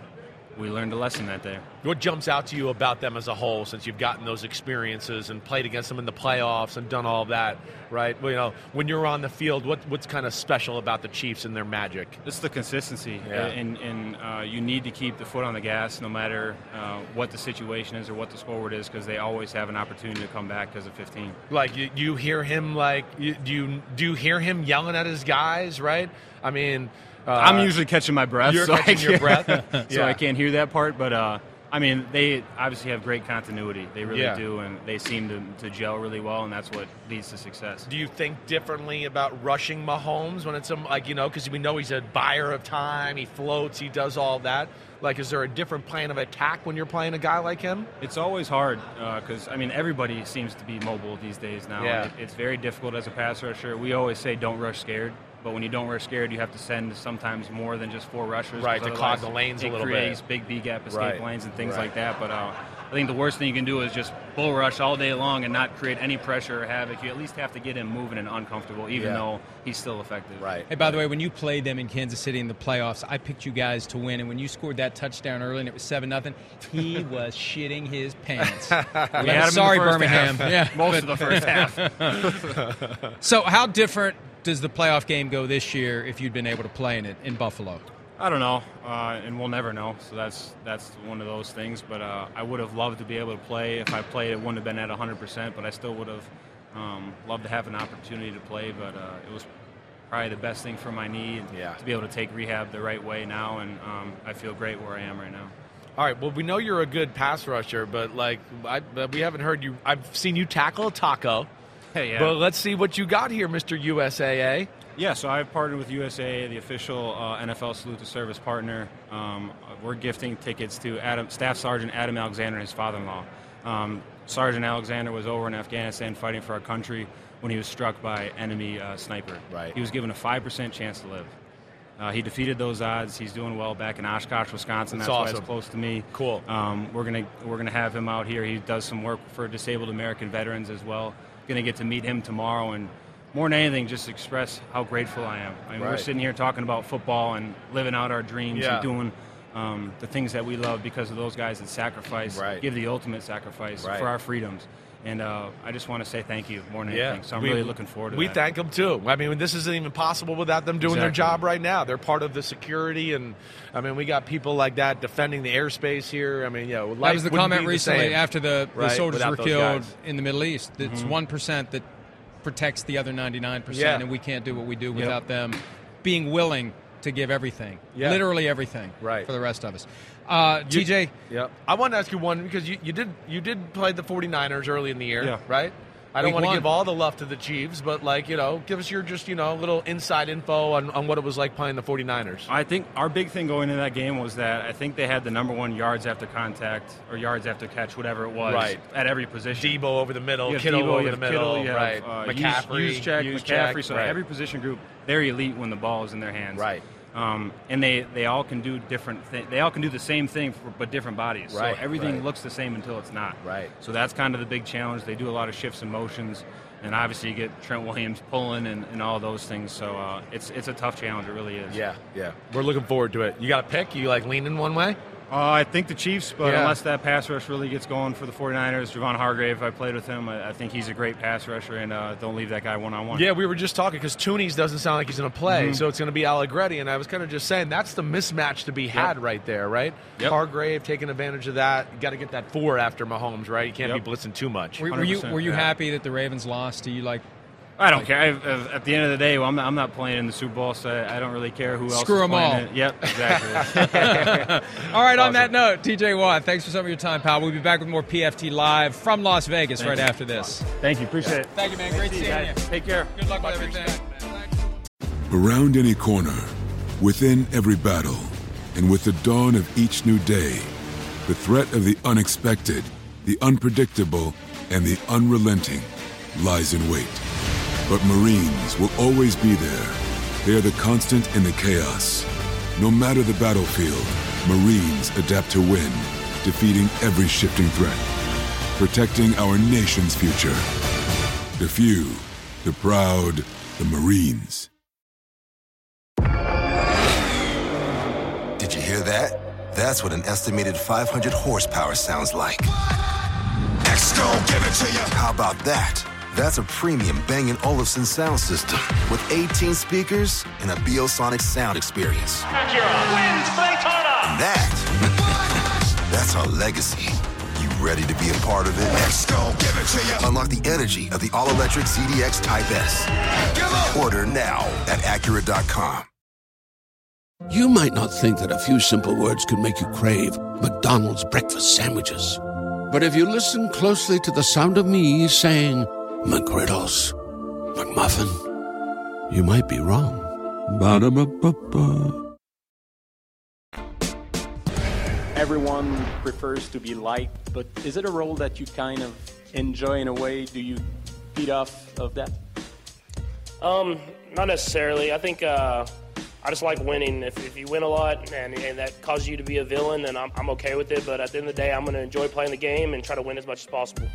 [SPEAKER 4] we learned a lesson that day.
[SPEAKER 3] What jumps out to you about them as a whole, since you've gotten those experiences and played against them in the playoffs and done all of that, right? Well, you know, when you're on the field, what, what's kind of special about the Chiefs and their magic?
[SPEAKER 4] It's the consistency,
[SPEAKER 3] Yeah.
[SPEAKER 4] and, and uh, you need to keep the foot on the gas no matter uh, what the situation is or what the scoreboard is because they always have an opportunity to come back because of 15.
[SPEAKER 3] Like you, you hear him, like you, do you do you hear him yelling at his guys, right? I mean, uh,
[SPEAKER 4] I'm usually catching my breath,
[SPEAKER 3] you're
[SPEAKER 4] so I
[SPEAKER 3] catching your
[SPEAKER 4] can't-
[SPEAKER 3] breath.
[SPEAKER 4] so
[SPEAKER 3] Yeah.
[SPEAKER 4] I can't hear that part. But uh, I mean, they obviously have great continuity. They really
[SPEAKER 3] Yeah.
[SPEAKER 4] do, and they seem to, to gel really well, and that's what leads to success.
[SPEAKER 3] Do you think differently about rushing Mahomes when it's um, like you know because we know he's a buyer of time, he floats, he does all that. Like, is there a different plan of attack when you're playing a guy like him?
[SPEAKER 4] It's always hard because I mean, everybody seems to be mobile these days now.
[SPEAKER 3] Yeah.
[SPEAKER 4] It- it's very difficult as a pass rusher. We always say don't rush scared. But when you don't rush scared, you have to send sometimes more than just four rushers.
[SPEAKER 3] Right, to
[SPEAKER 4] 'cause
[SPEAKER 3] clog
[SPEAKER 4] otherwise
[SPEAKER 3] the lanes a
[SPEAKER 4] it
[SPEAKER 3] little bit.
[SPEAKER 4] creates big B gap escape
[SPEAKER 3] Right,
[SPEAKER 4] lanes and things
[SPEAKER 3] right.
[SPEAKER 4] like that. But uh, I think the worst thing you can do is just bull rush all day long and not create any pressure or havoc. You at least have to get him moving and uncomfortable, even
[SPEAKER 3] Yeah.
[SPEAKER 4] though he's still effective.
[SPEAKER 2] Hey, by the way, when you played them in Kansas City in the playoffs, I picked you guys to win. And when you scored that touchdown early and it was 7 nothing, he was shitting his pants.
[SPEAKER 4] We
[SPEAKER 2] Yeah,
[SPEAKER 4] had him
[SPEAKER 2] sorry,
[SPEAKER 4] in the first
[SPEAKER 2] Birmingham.
[SPEAKER 4] half.
[SPEAKER 2] Yeah,
[SPEAKER 4] most of the first half.
[SPEAKER 2] So, how different does the playoff game go this year if you'd been able to play in it in Buffalo?
[SPEAKER 4] I don't know, uh, and we'll never know. So that's that's one of those things. But uh, I would have loved to be able to play. If I played, it wouldn't have been at 100. percent But I still would have um, loved to have an opportunity to play. But uh, it was probably the best thing for my knee and
[SPEAKER 3] Yeah.
[SPEAKER 4] to be able to take rehab the right way now. And um, I feel great where I am right now.
[SPEAKER 3] All right. Well, we know you're a good pass rusher, but like I, but we haven't heard you. I've seen you tackle a taco.
[SPEAKER 4] Hey, yeah.
[SPEAKER 3] But let's see what you got here, Mr. USAA.
[SPEAKER 4] Yeah, so I've partnered with USA, the official uh, NFL Salute to Service partner. Um, we're gifting tickets to Adam, Staff Sergeant Adam Alexander and his father-in-law. Um, Sergeant Alexander was over in Afghanistan fighting for our country when he was struck by enemy uh, sniper.
[SPEAKER 3] Right.
[SPEAKER 4] He was given a five percent chance to live. Uh, he defeated those odds. He's doing well back in Oshkosh, Wisconsin.
[SPEAKER 3] That's
[SPEAKER 4] That's, why
[SPEAKER 3] awesome.
[SPEAKER 4] it's close to me.
[SPEAKER 3] Cool.
[SPEAKER 4] Um, we're gonna we're gonna have him out here. He does some work for disabled American veterans as well. Gonna get to meet him tomorrow, and more than anything, just express how grateful I am. I mean, we're
[SPEAKER 3] Right.
[SPEAKER 4] sitting here talking about football and living out our dreams
[SPEAKER 3] Yeah.
[SPEAKER 4] and doing um, the things that we love because of those guys that sacrifice,
[SPEAKER 3] Right.
[SPEAKER 4] give the ultimate sacrifice
[SPEAKER 3] Right.
[SPEAKER 4] for our freedoms. And uh, I just want to say thank you more than anything. So I'm
[SPEAKER 3] We-
[SPEAKER 4] really looking forward to
[SPEAKER 3] We
[SPEAKER 4] that.
[SPEAKER 3] thank them too. I mean, this isn't even possible without them doing their
[SPEAKER 4] Exactly.
[SPEAKER 3] job right now. They're part of the security, and I mean, we got people like that defending the airspace here. I mean, yeah, life
[SPEAKER 2] That was the
[SPEAKER 3] wouldn't
[SPEAKER 2] comment
[SPEAKER 3] be the
[SPEAKER 2] recently
[SPEAKER 3] same.
[SPEAKER 2] after the, the
[SPEAKER 3] right,
[SPEAKER 2] soldiers
[SPEAKER 3] without
[SPEAKER 2] were
[SPEAKER 3] those
[SPEAKER 2] killed
[SPEAKER 3] guys. Mm-hmm.
[SPEAKER 2] in the Middle East. It's one that protects the other ninety nine
[SPEAKER 3] Yeah.
[SPEAKER 2] percent, and we can't do what we do
[SPEAKER 4] Yep.
[SPEAKER 2] without them being willing to to give everything,
[SPEAKER 3] Yeah.
[SPEAKER 2] literally everything,
[SPEAKER 3] Right.
[SPEAKER 2] for the rest of us. Uh,
[SPEAKER 3] You-
[SPEAKER 2] TJ,
[SPEAKER 3] Yeah. I wanted to ask you one because you, you did you did play the 49ers early in the year,
[SPEAKER 4] Yeah.
[SPEAKER 3] right? I don't
[SPEAKER 2] Week
[SPEAKER 3] want to
[SPEAKER 2] one.
[SPEAKER 3] give all the love to the Chiefs, but like, you know, give us your just, you know, little inside info on, on what it was like playing the 49ers.
[SPEAKER 4] I think our big thing going into that game was that I think they had the number one yards after contact or yards after catch, whatever it was,
[SPEAKER 3] Right.
[SPEAKER 4] at every position.
[SPEAKER 3] Debo over the middle,
[SPEAKER 4] You have
[SPEAKER 3] Oh, Kittle
[SPEAKER 4] Debo,
[SPEAKER 3] over
[SPEAKER 4] you
[SPEAKER 3] the
[SPEAKER 4] have
[SPEAKER 3] middle,
[SPEAKER 4] Kittle, you have,
[SPEAKER 3] right?
[SPEAKER 4] uh,
[SPEAKER 3] McCaffrey,
[SPEAKER 4] Hughes- Hughesjack,
[SPEAKER 3] Hughesjack,
[SPEAKER 4] McCaffrey. So
[SPEAKER 3] right.
[SPEAKER 4] every position group, they're elite when the ball is in their hands.
[SPEAKER 3] Right.
[SPEAKER 4] Um, and they, they all can do different thi- They all can do the same thing, for, but different bodies.
[SPEAKER 3] Right,
[SPEAKER 4] so everything
[SPEAKER 3] right.
[SPEAKER 4] looks the same until it's not.
[SPEAKER 3] Right.
[SPEAKER 4] So that's kind of the big challenge. They do a lot of shifts and motions, and obviously you get Trent Williams pulling and, and all those things. So uh, it's it's a tough challenge. It really is.
[SPEAKER 3] Yeah, yeah. We're looking forward to it. You got a pick? You like leaning one way?
[SPEAKER 4] Uh, I think the Chiefs, but
[SPEAKER 3] Yeah.
[SPEAKER 4] unless that pass rush really gets going for the 49ers, Javon Hargrave, I played with him. I, I think he's a great pass rusher, and uh, don't leave that guy one on one.
[SPEAKER 3] Yeah, we were just talking because Toonies doesn't sound like he's going to play, so it's going to be Allegretti. And I was kind of just saying that's the mismatch to be had right there, right?
[SPEAKER 4] Yep.
[SPEAKER 3] Hargrave taking advantage of that. You got to get that four after Mahomes, right? You can't
[SPEAKER 4] Yep.
[SPEAKER 3] be blitzing too much.
[SPEAKER 2] were, were you
[SPEAKER 4] 100%,
[SPEAKER 2] were you
[SPEAKER 4] yeah.
[SPEAKER 2] happy that the Ravens lost? Do you like
[SPEAKER 4] I don't care. I, I- at the end of the day, well, I'm, not, I'm not playing in the Super Bowl, so I, I don't really care who else.
[SPEAKER 2] Screw
[SPEAKER 4] is
[SPEAKER 2] 'em
[SPEAKER 4] playing
[SPEAKER 2] all.
[SPEAKER 4] it. Yep, exactly.
[SPEAKER 2] All right, on that note, TJ Watt, thanks for some of your time, pal. We'll be back with more PFT Live from Las Vegas right after this.
[SPEAKER 4] Thank you. Appreciate it.
[SPEAKER 2] Thank you, man. Great seeing you.
[SPEAKER 4] Take care.
[SPEAKER 2] Good luck with everything.
[SPEAKER 5] Around any corner, within every battle, and with the dawn of each new day, the threat of the unexpected, the unpredictable, and the unrelenting lies in wait. But Marines will always be there. They are the constant in the chaos. No matter the battlefield, Marines adapt to win, defeating every shifting threat, protecting our nation's future. The few, the proud, the Marines.
[SPEAKER 6] Did you hear that? That's what an estimated 500 horsepower sounds like. Next, gonna give it to you. How about that? That's a premium Bang & Olufsen sound system with 18 speakers and a Biosonic sound experience.
[SPEAKER 7] Acura wins Daytona.
[SPEAKER 6] That, that's our legacy. You ready to be a part of it? Next, gonna give it to you. Unlock the energy of the all-electric ZDX Type S. Order now at Acura.com.
[SPEAKER 1] You might not think that a few simple words could make you crave McDonald's breakfast sandwiches. But if you listen closely to the sound of me saying McGriddles, McMuffin, you might be wrong. Ba-da-ba-ba-ba.
[SPEAKER 8] everyone prefers to be liked, but is it a role that you kind of enjoy in a way? Do you feed off of that?
[SPEAKER 9] Um, not necessarily. I think uh, I just like winning. If, if you win a lot and, and that causes you to be a villain, then I'm, I'm okay with it. But at the end of the day, I'm going to enjoy playing the game and try to win as much as possible.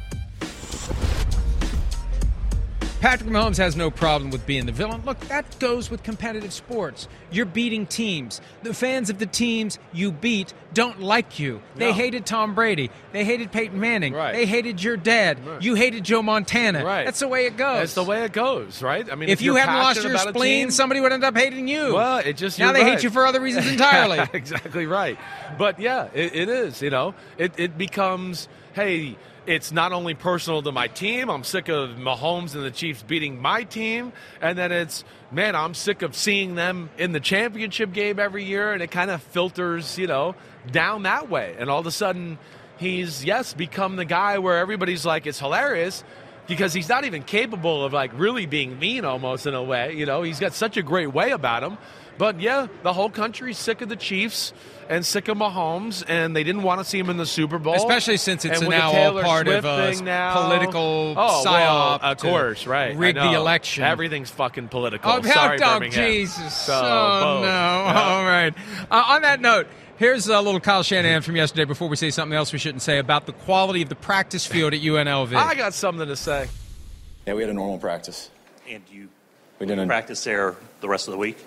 [SPEAKER 2] Patrick Mahomes has no problem with being the villain. Look, that goes with competitive sports. You're beating teams. The fans of the teams you beat don't like you. They
[SPEAKER 3] No.
[SPEAKER 2] hated Tom Brady. They hated Peyton Manning.
[SPEAKER 3] Right.
[SPEAKER 2] They hated your dad. You hated Joe Montana.
[SPEAKER 3] Right.
[SPEAKER 2] That's the way it goes.
[SPEAKER 3] That's the way it goes, right? I mean,
[SPEAKER 2] If, you
[SPEAKER 3] you're
[SPEAKER 2] hadn't lost
[SPEAKER 3] passionate
[SPEAKER 2] your
[SPEAKER 3] about a
[SPEAKER 2] spleen,
[SPEAKER 3] team-
[SPEAKER 2] somebody would end up hating you.
[SPEAKER 3] Well, it just
[SPEAKER 2] now
[SPEAKER 3] you're
[SPEAKER 2] they hate
[SPEAKER 3] right. Oh,
[SPEAKER 2] you for other reasons entirely.
[SPEAKER 3] exactly right. But yeah, it, it is. You know, it, it becomes hey, it's not only personal to my team. I'm sick of Mahomes and the Chiefs beating my team, and then it's man, I'm sick of seeing them in the championship game every year, and it kind of filters you know down that way, and all of a sudden. He's yes become the guy where everybody's like it's hilarious because he's not even capable of like really being mean almost in a way you know he's got such a great way about him but yeah the whole country's sick of the chiefs and sick of mahomes and they didn't want to see him in the super bowl
[SPEAKER 2] Especially since it's
[SPEAKER 3] And with the
[SPEAKER 2] now all
[SPEAKER 3] Taylor
[SPEAKER 2] part of
[SPEAKER 3] Swift
[SPEAKER 2] a
[SPEAKER 3] thing now.
[SPEAKER 2] political
[SPEAKER 3] oh,
[SPEAKER 2] psyop
[SPEAKER 3] well, of
[SPEAKER 2] to
[SPEAKER 3] course right I
[SPEAKER 2] rig the
[SPEAKER 3] know.
[SPEAKER 2] election.
[SPEAKER 3] everything's fucking political
[SPEAKER 2] Oh,
[SPEAKER 3] sorry
[SPEAKER 2] dog,
[SPEAKER 3] Birmingham.
[SPEAKER 2] Jesus.
[SPEAKER 3] So,
[SPEAKER 2] oh,
[SPEAKER 3] both.
[SPEAKER 2] no. All right. Uh, on that note, here's a little Kyle Shanahan from yesterday before we say something else we shouldn't say about the quality of the practice field at UNLV.
[SPEAKER 3] i got something to say
[SPEAKER 10] Yeah, we had a normal practice.
[SPEAKER 11] And you
[SPEAKER 10] We didn't.
[SPEAKER 11] practice there the rest of the week?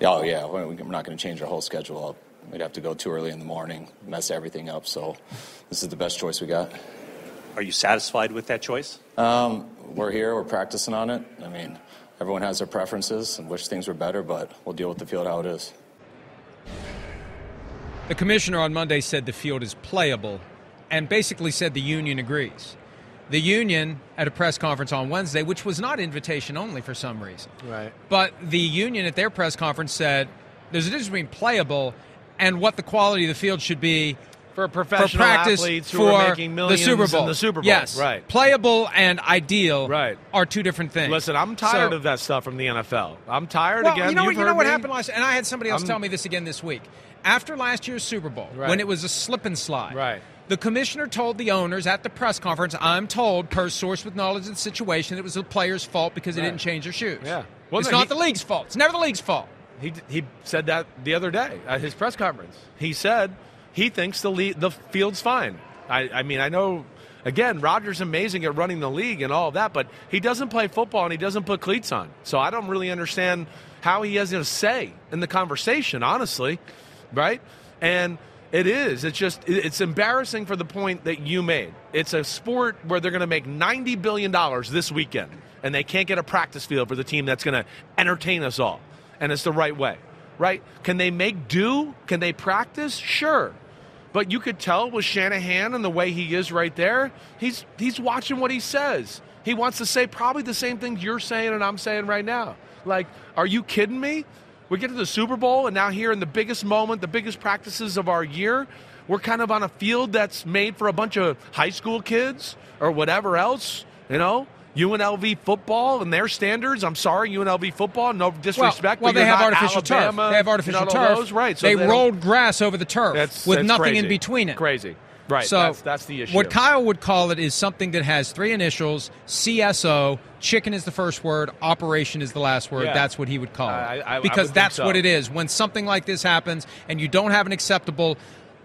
[SPEAKER 10] Oh yeah, we- we're not going to change our whole schedule up. We'd have to go too early in the morning, mess everything up. So this is the best choice we got.
[SPEAKER 11] Are you satisfied with that choice?
[SPEAKER 10] Um, we're here. We're practicing on it. I mean, everyone has their preferences and wish things were better, but we'll deal with the field how it is.
[SPEAKER 2] The commissioner on Monday said the field is playable and basically said the union agrees. The union at a press conference on Wednesday, which was not invitation only for some reason.
[SPEAKER 3] Right.
[SPEAKER 2] But the union at their press conference said There's a difference between playable and what the quality of the field should be
[SPEAKER 3] for professional
[SPEAKER 2] practice
[SPEAKER 3] athletes who
[SPEAKER 2] for
[SPEAKER 3] are making millions
[SPEAKER 2] the Super Bowl.
[SPEAKER 3] in the Super Bowl.
[SPEAKER 2] Yes,
[SPEAKER 3] Right.
[SPEAKER 2] Playable and ideal
[SPEAKER 3] Right.
[SPEAKER 2] are two different things.
[SPEAKER 3] Listen, I'm tired
[SPEAKER 2] So-
[SPEAKER 3] of that stuff from the NFL. I'm tired
[SPEAKER 2] well,
[SPEAKER 3] again.
[SPEAKER 2] You know what?
[SPEAKER 3] You've
[SPEAKER 2] You know
[SPEAKER 3] heard
[SPEAKER 2] what
[SPEAKER 3] me.
[SPEAKER 2] happened last, and I had somebody else
[SPEAKER 3] I'm-
[SPEAKER 2] tell me this again this week. After last year's Super Bowl,
[SPEAKER 3] Right.
[SPEAKER 2] when it was a slip and slide,
[SPEAKER 3] Right.
[SPEAKER 2] The commissioner told the owners at the press conference, "I'm told, per source with knowledge of the situation, that it was the players' fault because they
[SPEAKER 3] Right.
[SPEAKER 2] didn't change their shoes.
[SPEAKER 3] Yeah. Well,
[SPEAKER 2] it's
[SPEAKER 3] no,
[SPEAKER 2] not
[SPEAKER 3] he-
[SPEAKER 2] the league's fault. It's never the league's fault.
[SPEAKER 3] He he said that the other day at his press conference. He said he thinks the le- the field's fine. I I mean I know. Again, Rodgers amazing at running the league and all of that, but he doesn't play football and he doesn't put cleats on. So I don't really understand how he has a say in the conversation, honestly, right? And it is. It's just it- it's embarrassing for the point that you made. It's a sport where they're going to make 90 billion dollars this weekend and they can't get a practice field for the team that's going to entertain us all and it's the right way, right? Can they make do? Can they practice? Sure. But you could tell with Shanahan and the way he is right there, he's he's watching what he says. He wants to say probably the same things you're saying and I'm saying right now. Like, are you kidding me? We get to the Super Bowl and now here in the biggest moment, the biggest practices of our year, we're kind of on a field that's made for a bunch of high school kids or whatever else, you know? UNLV football and their standards. I'm sorry, UNLV football. No disrespect.
[SPEAKER 2] well,
[SPEAKER 3] but
[SPEAKER 2] they
[SPEAKER 3] you're
[SPEAKER 2] have
[SPEAKER 3] not
[SPEAKER 2] artificial
[SPEAKER 3] Alabama,
[SPEAKER 2] turf. They have
[SPEAKER 3] you're
[SPEAKER 2] artificial
[SPEAKER 3] not all
[SPEAKER 2] turf.
[SPEAKER 3] Those, right?
[SPEAKER 2] they,
[SPEAKER 3] don't-
[SPEAKER 2] rolled grass over the turf
[SPEAKER 3] That's-
[SPEAKER 2] with
[SPEAKER 3] that's
[SPEAKER 2] nothing in
[SPEAKER 3] crazy.
[SPEAKER 2] between it.
[SPEAKER 3] Crazy. Right.
[SPEAKER 2] So
[SPEAKER 3] that's, that's the issue.
[SPEAKER 2] What Kyle would call it is something that has three initials. CSO. Chicken is the first word. Operation is the last word.
[SPEAKER 3] Yeah.
[SPEAKER 2] That's what he would call it.
[SPEAKER 3] I- I- I would
[SPEAKER 2] because
[SPEAKER 3] think
[SPEAKER 2] that's
[SPEAKER 3] so.
[SPEAKER 2] what it is. When something like this happens and you don't have an acceptable,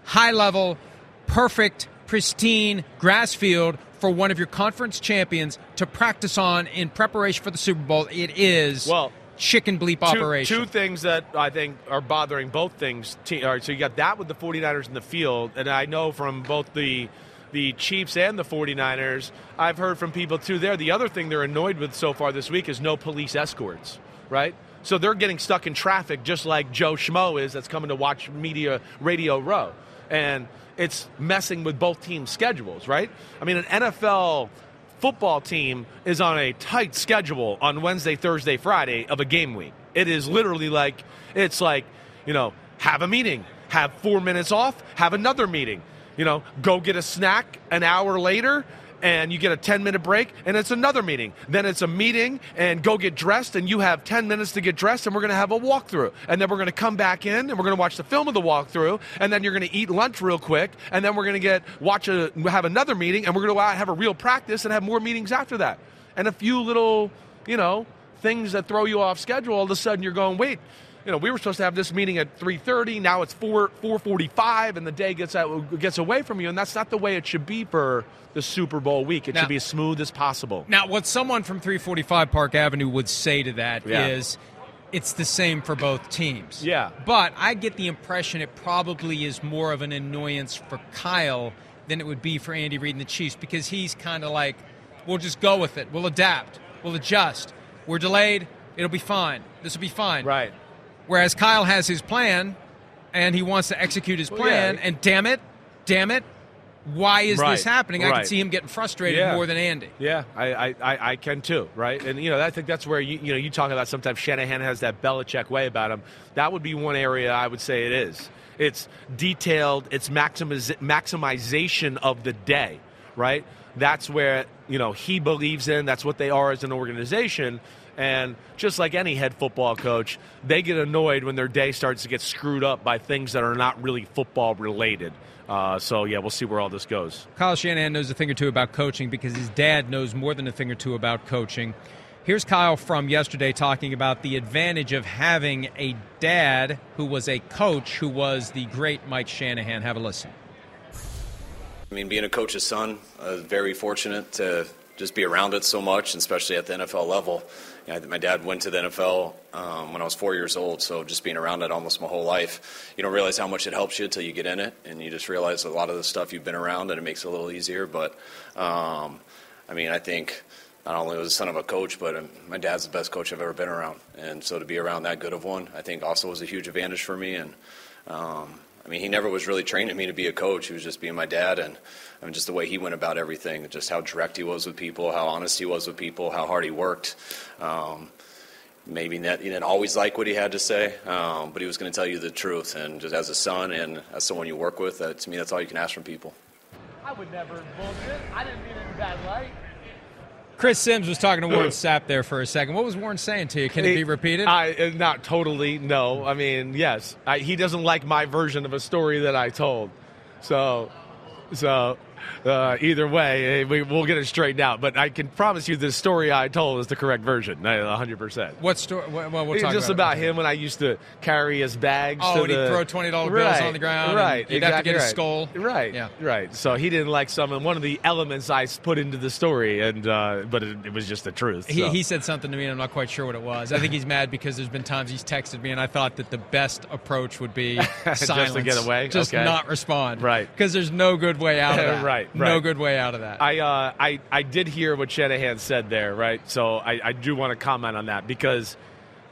[SPEAKER 2] high level, perfect, pristine grass field for one of your conference champions to practice on in preparation for the Super Bowl, it is
[SPEAKER 3] Well,
[SPEAKER 2] chicken bleep
[SPEAKER 3] Two-
[SPEAKER 2] operation.
[SPEAKER 3] Two, things that I think are bothering both things. Te- all right, so you got that with the 49ers in the field, and I know from both the the Chiefs and the 49ers, I've heard from people too there. The other thing they're annoyed with so far this week is no police escorts, right? So they're getting stuck in traffic just like Joe Schmo is that's coming to watch media radio row. And it's messing with both teams' schedules, right? I mean an NFL football team is on a tight schedule on Wednesday, Thursday, Friday of a game week. It is literally like it's like, you know, have a meeting, have 4 minutes off, have another meeting. You know, go get a snack an hour later and you get a 10 minute break and it's another meeting. Then it's a meeting and go get dressed and you have 10 minutes to get dressed and we're going to have a walkthrough. And then we're going to come back in and we're going to watch the film of the walkthrough and then you're going to eat lunch real quick and then we're going to get watch a have another meeting and we're going to go out and have a real practice and have more meetings after that. And a few little, you know, things that throw you off schedule all of a sudden you're going, "Wait, you know, we were supposed to have this meeting at 3:30. Now it's 4 4:45, and the day gets out, gets away from you, and that's not the way it should be for the Super Bowl week. It
[SPEAKER 2] Now-
[SPEAKER 3] should be as smooth as possible.
[SPEAKER 2] Now, what someone from 345 Park Avenue would say to that is,
[SPEAKER 3] Yeah.
[SPEAKER 2] it's the same for both teams.
[SPEAKER 3] Yeah.
[SPEAKER 2] But I get the impression it probably is more of an annoyance for Kyle than it would be for Andy Reid and the Chiefs because he's kind of like, we'll just go with it. We'll adapt. We'll adjust. We're delayed. It'll be fine. This will be fine.
[SPEAKER 3] Right.
[SPEAKER 2] Whereas Kyle has his plan and he wants to execute his
[SPEAKER 3] Well, yeah.
[SPEAKER 2] plan, and damn it, damn it, why is
[SPEAKER 3] Right,
[SPEAKER 2] this happening? I can
[SPEAKER 3] right.
[SPEAKER 2] see him getting frustrated
[SPEAKER 3] Yeah.
[SPEAKER 2] more than Andy.
[SPEAKER 3] Yeah, I, I, I, I can too, right? And you know, I think that's where you you know you talk about sometimes Shanahan has that Belichick way about him. That would be one area I would say it is. It's detailed. It's maximiz- maximization of the day, right? That's where you know he believes in. That's what they are as an organization. And just like any head football coach, they get annoyed when their day starts to get screwed up by things that are not really football related. Uh, so yeah, we'll see where all this goes.
[SPEAKER 2] Kyle Shanahan knows a thing or two about coaching because his dad knows more than a thing or two about coaching. Here's Kyle from yesterday talking about the advantage of having a dad who was a coach who was the great Mike Shanahan. Have a listen.
[SPEAKER 10] I mean, being a coach's son, uh, very fortunate to just be around it so much, and especially at the NFL level. You know, I- my dad went to the NFL um, when I was four years old, so just being around it almost my whole life. You don't realize how much it helps you until you get in it, and you just realize a lot of the stuff you've been around, and it makes it a little easier. But, um, I mean, I think not only was the son of a coach, but um, my dad's the best coach I've ever been around, and so to be around that good of one, I think also was a huge advantage for me, and. Um, I mean, he never was really training me to be a coach. He was just being my dad, and I mean, just the way he went about everything, just how direct he was with people, how honest he was with people, how hard he worked. Um, maybe not, he didn't always like what he had to say, um, but he was going to tell you the truth. And just as a son and as someone you work with, uh, to me, that's all you can ask from people.
[SPEAKER 7] I would never bullshit. I didn't mean it in bad light.
[SPEAKER 2] Chris Sims was talking to Warren Sapp there for a second. What was Warren saying to you? Can it be repeated?
[SPEAKER 3] I, uh, not totally, no. I mean, yes. I, he doesn't like my version of a story that I told. So, so uh, either way, eh, we, we'll get it straightened out. But I can promise you the story I told is the correct version, uh, 100%.
[SPEAKER 2] what story? Well, we'll
[SPEAKER 3] It's
[SPEAKER 2] talk
[SPEAKER 3] just
[SPEAKER 2] about,
[SPEAKER 3] about, him when I used to carry his bags.
[SPEAKER 2] Oh,
[SPEAKER 3] to
[SPEAKER 2] and he'd
[SPEAKER 3] the-
[SPEAKER 2] throw $20 bills
[SPEAKER 3] Right,
[SPEAKER 2] on the ground and
[SPEAKER 3] Right,
[SPEAKER 2] you'd
[SPEAKER 3] exactly
[SPEAKER 2] have to get
[SPEAKER 3] right.
[SPEAKER 2] his skull.
[SPEAKER 3] Right,
[SPEAKER 2] Yeah.
[SPEAKER 3] right. So he didn't like some one of the elements I s- put into the story, and uh, but it, it was just the truth.
[SPEAKER 12] He,
[SPEAKER 3] so.
[SPEAKER 12] he said something to me, and I'm not quite sure what it was. I think he's mad because there's been times he's texted me, and I thought that the best approach would be silence.
[SPEAKER 3] Just to get away?
[SPEAKER 12] Just
[SPEAKER 3] Okay.
[SPEAKER 12] not respond. Right. Because there's no good way out of that.
[SPEAKER 3] right, right.
[SPEAKER 12] No good way out of that.
[SPEAKER 3] I, uh, I, I did hear what Shanahan said there, right? So I, I do want to comment on that because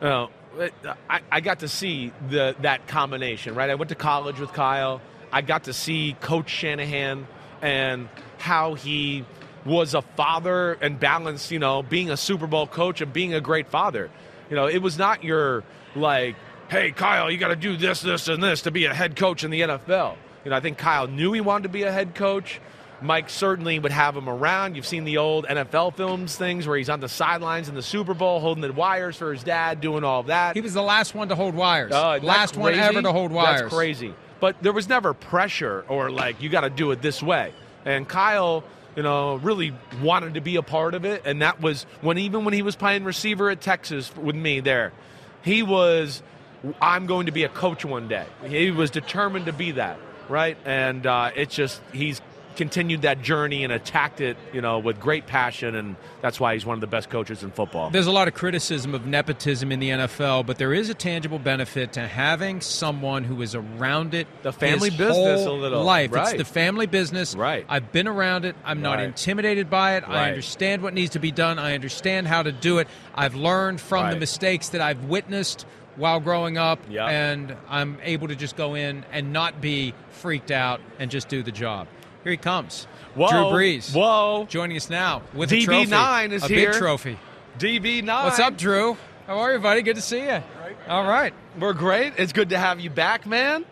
[SPEAKER 3] you know, it- I, I got to see the, that combination, right? I went to college with Kyle. I got to see Coach Shanahan and how he was a father and balanced, you know, being a Super Bowl coach and being a great father. You know, it was not your, like, hey, Kyle, you got to do this, this, and this to be a head coach in the NFL. You know, I think Kyle knew he wanted to be a head coach. Mike certainly would have him around. You've seen the old NFL films things where he's on the sidelines in the Super Bowl holding the wires for his dad, doing all that.
[SPEAKER 12] he was the last one to hold wires.
[SPEAKER 3] Uh, isn't that
[SPEAKER 12] last one
[SPEAKER 3] crazy?
[SPEAKER 12] ever to hold wires.
[SPEAKER 3] That's crazy. But there was never pressure or like you got to do it this way. And Kyle, you know, really wanted to be a part of it. And that was when even when he was playing receiver at Texas with me there, he was I'm going to be a coach one day. He was determined to be that, right? And uh, it's just he's continued that journey and attacked it, you know, with great passion. And that's why he's one of the best coaches in football.
[SPEAKER 12] There's a lot of criticism of nepotism in the NFL, but there is a tangible benefit to having someone who is around it. The
[SPEAKER 3] family business a little.
[SPEAKER 12] life. It's
[SPEAKER 3] Right.
[SPEAKER 12] the family business. Right. I've been around it. I'm not
[SPEAKER 3] Right.
[SPEAKER 12] intimidated by it. I
[SPEAKER 3] Right.
[SPEAKER 12] understand what needs to be done. I understand how to do it. I've learned from the
[SPEAKER 3] Right.
[SPEAKER 12] mistakes that I've witnessed while growing up, and I'm able to just go in and not be freaked out and just do the job. Here he comes.
[SPEAKER 3] Whoa.
[SPEAKER 12] Drew Brees.
[SPEAKER 3] Whoa.
[SPEAKER 12] Joining us now with a trophy.
[SPEAKER 3] DB9 is
[SPEAKER 12] a
[SPEAKER 3] here.
[SPEAKER 12] big trophy.
[SPEAKER 3] DB9.
[SPEAKER 12] What's up, Drew? How are you, buddy? Good to see you. All right.
[SPEAKER 3] We're great. It's good to have you back, man.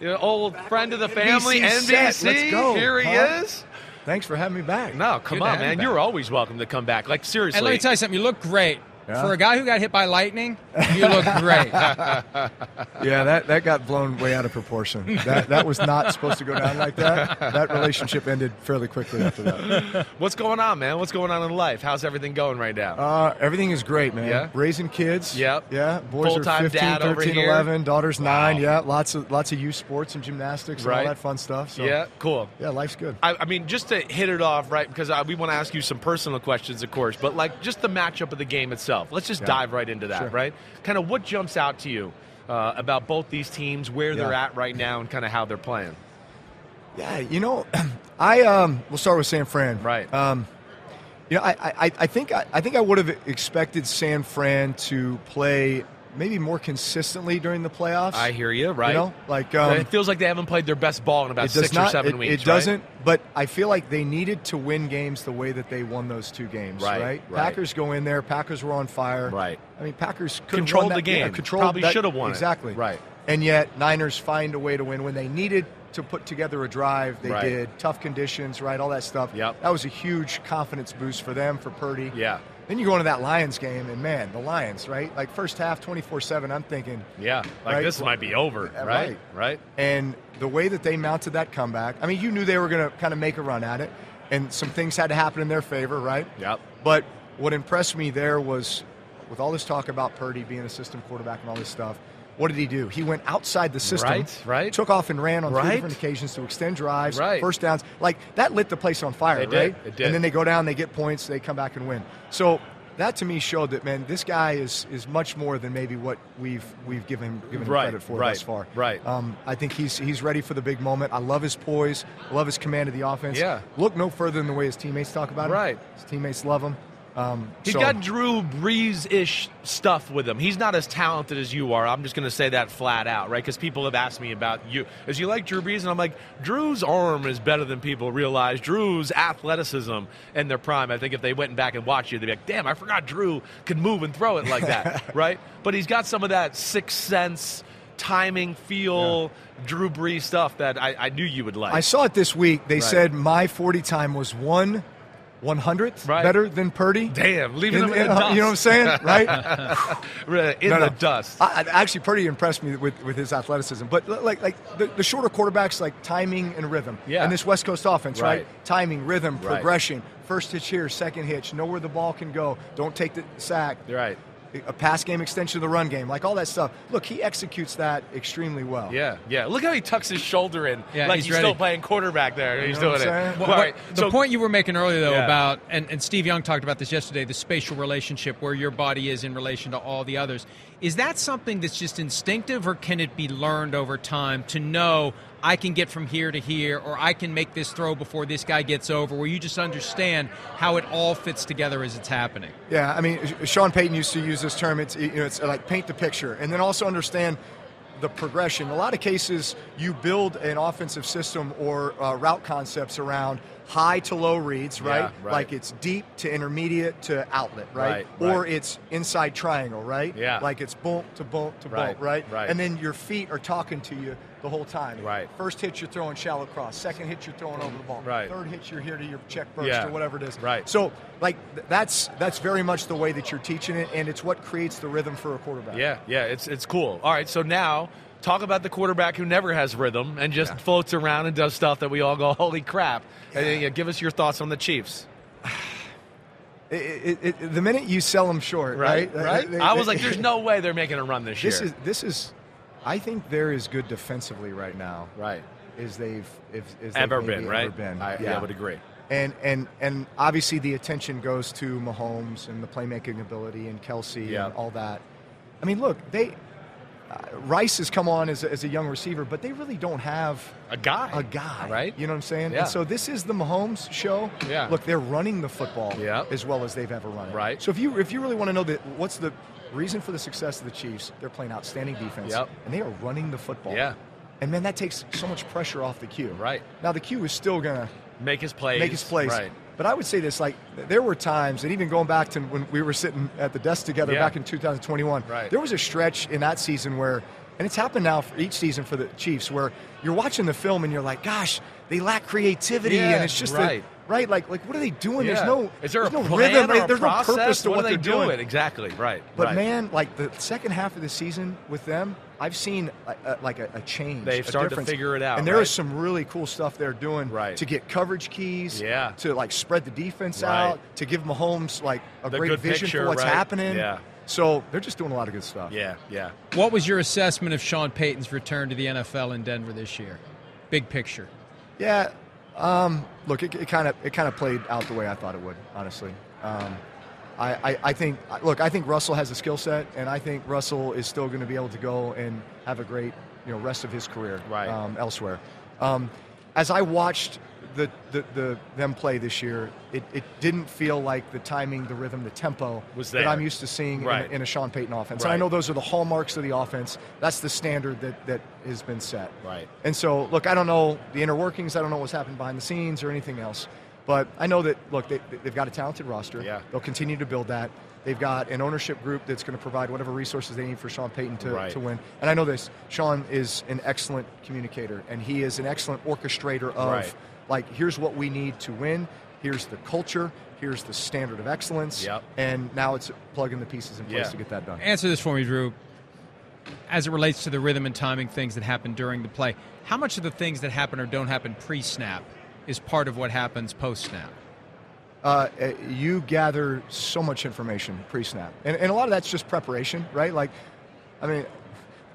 [SPEAKER 3] Your old friend of the family,
[SPEAKER 13] NBC
[SPEAKER 3] NBC.
[SPEAKER 13] set. Let's go,
[SPEAKER 3] Here he
[SPEAKER 13] huh?
[SPEAKER 3] is.
[SPEAKER 13] Thanks for having me back.
[SPEAKER 3] No, come
[SPEAKER 12] Good to
[SPEAKER 3] on,
[SPEAKER 12] have you
[SPEAKER 3] man.
[SPEAKER 12] back.
[SPEAKER 3] You're always welcome to come back. Like seriously.
[SPEAKER 12] And let me tell you something. You look great.
[SPEAKER 13] Yeah.
[SPEAKER 12] For a guy who got hit by lightning, you look great. Uh,
[SPEAKER 13] Yeah, that, that got blown way out of proportion. That, that was not supposed to go down like that. That relationship ended fairly quickly after that.
[SPEAKER 3] What's going on, man? What's going on in life? How's everything going right now?
[SPEAKER 13] Uh, everything is great, man.
[SPEAKER 3] Yeah?
[SPEAKER 13] Raising kids.
[SPEAKER 3] Yep.
[SPEAKER 13] Yeah. Boys
[SPEAKER 3] Full-time
[SPEAKER 13] are 15,
[SPEAKER 3] dad over
[SPEAKER 13] 13,
[SPEAKER 3] here.
[SPEAKER 13] 11. Daughter's 9. Yeah. Lots of lots of youth sports and gymnastics and
[SPEAKER 3] Right.
[SPEAKER 13] all that fun stuff. So,
[SPEAKER 3] yeah, cool.
[SPEAKER 13] Yeah, life's good.
[SPEAKER 3] I, I mean, just to hit it off, right? Because I, we want to ask you some personal questions, of course, but like just the matchup of the game itself. Let's just
[SPEAKER 13] Yeah.
[SPEAKER 3] dive right into that,
[SPEAKER 13] Sure.
[SPEAKER 3] right? Kind of what jumps out to you uh, about both these teams, where they're
[SPEAKER 13] Yeah.
[SPEAKER 3] at right now, and kind of how they're playing.
[SPEAKER 13] Yeah, you know, I um, we'll start with San Fran. Right. Um, you know, I, I, I think I, I think I would have expected San Fran to play maybe more consistently during the playoffs.
[SPEAKER 3] I hear you, right?
[SPEAKER 13] You know, like um,
[SPEAKER 3] it feels like they haven't played their best ball in about
[SPEAKER 13] it does
[SPEAKER 3] six
[SPEAKER 13] not,
[SPEAKER 3] or seven
[SPEAKER 13] it,
[SPEAKER 3] weeks.
[SPEAKER 13] It
[SPEAKER 3] right?
[SPEAKER 13] doesn't, but I feel like they needed to win games the way that they won those two games.
[SPEAKER 3] Right,
[SPEAKER 13] Right.
[SPEAKER 3] right.
[SPEAKER 13] Packers go in there. Packers were on fire.
[SPEAKER 3] Right.
[SPEAKER 13] I mean, Packers could
[SPEAKER 3] Controlled
[SPEAKER 13] that,
[SPEAKER 3] the game.
[SPEAKER 13] Yeah, controlled
[SPEAKER 3] Probably
[SPEAKER 13] that-
[SPEAKER 3] should have won it.
[SPEAKER 13] Exactly.
[SPEAKER 3] Right.
[SPEAKER 13] And yet, Niners find a way to win when they needed to put together a drive. They
[SPEAKER 3] Right.
[SPEAKER 13] did. Tough conditions. Right. All that stuff. Yep. That was a huge confidence boost for them for Purdy.
[SPEAKER 3] Yeah.
[SPEAKER 13] Then you go into that Lions game, and man, the Lions, right? Like first half, twenty-four-seven. I'm thinking,
[SPEAKER 3] Yeah, like
[SPEAKER 13] Right.
[SPEAKER 3] this might be over,
[SPEAKER 13] Yeah,
[SPEAKER 3] right? Right.
[SPEAKER 13] And the way that they mounted that comeback, I mean, you knew they were going to kind of make a run at it, and some things had to happen in their favor, right?
[SPEAKER 3] Yep.
[SPEAKER 13] But what impressed me there was with all this talk about Purdy being a system quarterback and all this stuff, what did he do? He went outside the system,
[SPEAKER 3] Right, right.
[SPEAKER 13] took off and ran on
[SPEAKER 3] Right.
[SPEAKER 13] three different occasions to extend drives,
[SPEAKER 3] Right.
[SPEAKER 13] first downs. Like, that lit the place on fire,
[SPEAKER 3] It did,
[SPEAKER 13] right?
[SPEAKER 3] it did.
[SPEAKER 13] And then they go down, they get points, they come back and win. So that to me showed that, man, this guy is, is much more than maybe what we've, we've given, given him
[SPEAKER 3] Right,
[SPEAKER 13] credit for
[SPEAKER 3] right,
[SPEAKER 13] thus far.
[SPEAKER 3] right.
[SPEAKER 13] Um, I think he's he's ready for the big moment. I love his poise. I love his command of the offense.
[SPEAKER 3] Yeah.
[SPEAKER 13] Look no further than the way his teammates talk about him.
[SPEAKER 3] Right.
[SPEAKER 13] His teammates love him. Um,
[SPEAKER 3] He's
[SPEAKER 13] so-
[SPEAKER 3] got Drew Brees ish stuff with him. He's not as talented as you are. I'm just going to say that flat out, right? Because people have asked me about you. Is you like Drew Brees? And I'm like, Drew's arm is better than people realize. Drew's athleticism in their prime. I think if they went back and watched you, they'd be like, damn, I forgot Drew could move and throw it like that, right? But he's got some of that sixth sense, timing, feel, Drew Brees stuff that I, I knew you would like.
[SPEAKER 13] I saw it this week. They
[SPEAKER 3] Right.
[SPEAKER 13] said my 40 time was one. 100th better than Purdy.
[SPEAKER 3] Damn, leaving
[SPEAKER 13] In-
[SPEAKER 3] him in the
[SPEAKER 13] in-
[SPEAKER 3] dust.
[SPEAKER 13] You know what I'm saying, right?
[SPEAKER 3] right? In
[SPEAKER 13] No,
[SPEAKER 3] the
[SPEAKER 13] no.
[SPEAKER 3] dust.
[SPEAKER 13] I, I- actually, Purdy impressed me with, with his athleticism. But li- like like the, the shorter quarterbacks, like timing and rhythm.
[SPEAKER 3] Yeah.
[SPEAKER 13] And this West Coast offense, right?
[SPEAKER 3] Right.
[SPEAKER 13] Timing, rhythm,
[SPEAKER 3] Right.
[SPEAKER 13] progression. First hitch here, second hitch. Know where the ball can go. Don't take the sack.
[SPEAKER 3] Right.
[SPEAKER 13] A pass game extension of the run game, like all that stuff. Look, he executes that extremely well.
[SPEAKER 3] Yeah, yeah. Look how he tucks his shoulder in,
[SPEAKER 13] Yeah,
[SPEAKER 3] like
[SPEAKER 13] he's
[SPEAKER 3] he's,
[SPEAKER 13] ready.
[SPEAKER 3] still playing quarterback there. He's doing it.
[SPEAKER 12] Well,
[SPEAKER 3] All
[SPEAKER 12] what-
[SPEAKER 3] right,
[SPEAKER 12] the
[SPEAKER 3] so-
[SPEAKER 12] point you were making earlier, though,
[SPEAKER 3] Yeah.
[SPEAKER 12] about and, and Steve Young talked about this yesterday, the spatial relationship where your body is in relation to all the others. Is that something that's just instinctive, or can it be learned over time to know I can get from here to here, or I can make this throw before this guy gets over? Where you just understand how it all fits together as it's happening.
[SPEAKER 13] Yeah, I mean, Sh- Sean Payton used to use this term. It's you know, it's uh, like paint the picture, and then also understand the progression. A lot of cases, you build an offensive system or uh, route concepts around high to low reads,
[SPEAKER 3] Yeah,
[SPEAKER 13] right?
[SPEAKER 3] right.
[SPEAKER 13] Like it's deep to intermediate to outlet, right?
[SPEAKER 3] Right,
[SPEAKER 13] or
[SPEAKER 3] right.
[SPEAKER 13] it's inside triangle, right?
[SPEAKER 3] Yeah.
[SPEAKER 13] Like it's bump to bump to
[SPEAKER 3] Right,
[SPEAKER 13] bump, right?
[SPEAKER 3] right.
[SPEAKER 13] And then your feet are talking to you the whole time. Right. First hit, you're throwing shallow cross. Second hit, you're throwing over the ball.
[SPEAKER 3] Right.
[SPEAKER 13] Third hit, you're here to your check burst
[SPEAKER 3] Yeah,
[SPEAKER 13] or whatever it is. Right. So, like, th- that's that's very much the way that you're teaching it, and it's what creates the rhythm for a quarterback.
[SPEAKER 3] Yeah, yeah, it's it's cool. All right, so now talk about the quarterback who never has rhythm and just floats around and does stuff that we all go, holy crap. And yeah, give us your thoughts on the Chiefs.
[SPEAKER 13] I- I- I- the minute you sell them short, right?
[SPEAKER 3] right.
[SPEAKER 13] They-
[SPEAKER 3] I was
[SPEAKER 13] they-
[SPEAKER 3] like, there's no way they're making a run this,
[SPEAKER 13] This
[SPEAKER 3] year.
[SPEAKER 13] is this is, I think they're as good defensively right now.
[SPEAKER 3] Right.
[SPEAKER 13] As they've if, as
[SPEAKER 3] ever
[SPEAKER 13] they've maybe
[SPEAKER 3] been, right?
[SPEAKER 13] Ever been.
[SPEAKER 3] I, yeah, I would agree.
[SPEAKER 13] And and and obviously the attention goes to Mahomes and the playmaking ability and Kelsey and all that. I mean, look, they uh, Rice has come on as a, as a young receiver, but they really don't have
[SPEAKER 3] a guy,
[SPEAKER 13] a guy, right? You know what I'm saying?
[SPEAKER 3] Yeah.
[SPEAKER 13] And so this is the Mahomes show.
[SPEAKER 3] Yeah.
[SPEAKER 13] Look, they're running the football as well as they've ever run it. Right. So if you if you really want to know that what's the reason for the success of the Chiefs, they're playing outstanding defense
[SPEAKER 3] Yep.
[SPEAKER 13] and they are running the football.
[SPEAKER 3] Yeah.
[SPEAKER 13] And man, that takes so much pressure off the queue.
[SPEAKER 3] Right.
[SPEAKER 13] Now the queue is still gonna
[SPEAKER 3] Make his plays.
[SPEAKER 13] Make his plays.
[SPEAKER 3] Right.
[SPEAKER 13] But I would say this: like th- there were times, and even going back to when we were sitting at the desk together
[SPEAKER 3] Yeah.
[SPEAKER 13] back in 2021,
[SPEAKER 3] Right.
[SPEAKER 13] there was a stretch in that season where, and it's happened now for each season for the Chiefs, where you're watching the film and you're like, "Gosh, they lack creativity,"
[SPEAKER 3] Yeah,
[SPEAKER 13] and it's just
[SPEAKER 3] right.
[SPEAKER 13] A, right, like like what are they doing?
[SPEAKER 3] Yeah.
[SPEAKER 13] There's no
[SPEAKER 3] Is
[SPEAKER 13] there's
[SPEAKER 3] there
[SPEAKER 13] no
[SPEAKER 3] a plan
[SPEAKER 13] rhythm.
[SPEAKER 3] or a
[SPEAKER 13] there's no
[SPEAKER 3] process?
[SPEAKER 13] purpose to what,
[SPEAKER 3] are
[SPEAKER 13] they're doing.
[SPEAKER 3] Exactly. Right.
[SPEAKER 13] But
[SPEAKER 3] right.
[SPEAKER 13] man, like the second half of the season with them, I've seen a, a, like a, a change.
[SPEAKER 3] They've
[SPEAKER 13] a
[SPEAKER 3] started to
[SPEAKER 13] difference.
[SPEAKER 3] figure it out,
[SPEAKER 13] and there is
[SPEAKER 3] right?
[SPEAKER 13] some really cool stuff they're doing
[SPEAKER 3] Right.
[SPEAKER 13] to get coverage keys,
[SPEAKER 3] Yeah.
[SPEAKER 13] to like spread the defense
[SPEAKER 3] Right.
[SPEAKER 13] out, to give Mahomes like a
[SPEAKER 3] The
[SPEAKER 13] great
[SPEAKER 3] good
[SPEAKER 13] vision
[SPEAKER 3] picture,
[SPEAKER 13] for what's
[SPEAKER 3] right?
[SPEAKER 13] happening.
[SPEAKER 3] Yeah.
[SPEAKER 13] So they're just doing a lot of good stuff.
[SPEAKER 3] Yeah, yeah.
[SPEAKER 12] What was your assessment of Sean Payton's return to the NFL in Denver this year? Big picture.
[SPEAKER 13] Yeah. Um, look, it kind of it kind of played out the way I thought it would. Honestly, um, I, I I think look, I think Russell has a skill set, and I think Russell is still going to be able to go and have a great you know rest of his career right. um, elsewhere. Um, as I watched the, the, the them play this year, it, it didn't feel like the timing, the rhythm, the tempo
[SPEAKER 3] Was
[SPEAKER 13] that
[SPEAKER 3] there.
[SPEAKER 13] I'm used to seeing
[SPEAKER 3] Right.
[SPEAKER 13] in, a, in a Sean Payton offense. And I
[SPEAKER 3] Right.
[SPEAKER 13] know those are the hallmarks of the offense. That's the standard that, that has been set.
[SPEAKER 3] Right.
[SPEAKER 13] And so, look, I don't know the inner workings. I don't know what's happened behind the scenes or anything else. But I know that, look, they, they've got a talented roster. Yeah. They'll continue to build that. They've got an ownership group that's going to provide whatever resources they need for Sean Payton to,
[SPEAKER 3] Right.
[SPEAKER 13] to win. And I know this Sean is an excellent communicator, and he is an excellent orchestrator of,
[SPEAKER 3] Right.
[SPEAKER 13] like, here's what we need to win, here's the culture, here's the standard of excellence.
[SPEAKER 12] Yep.
[SPEAKER 13] And now it's plugging the pieces in place
[SPEAKER 12] Yeah.
[SPEAKER 13] to get that done.
[SPEAKER 12] Answer this for me, Drew. As it relates to the rhythm and timing things that happen during the play, how much of the things that happen or don't happen pre snap is part of what happens post snap?
[SPEAKER 13] uh, you gather so much information pre-snap, and, and a lot of that's just preparation, right? Like, I mean,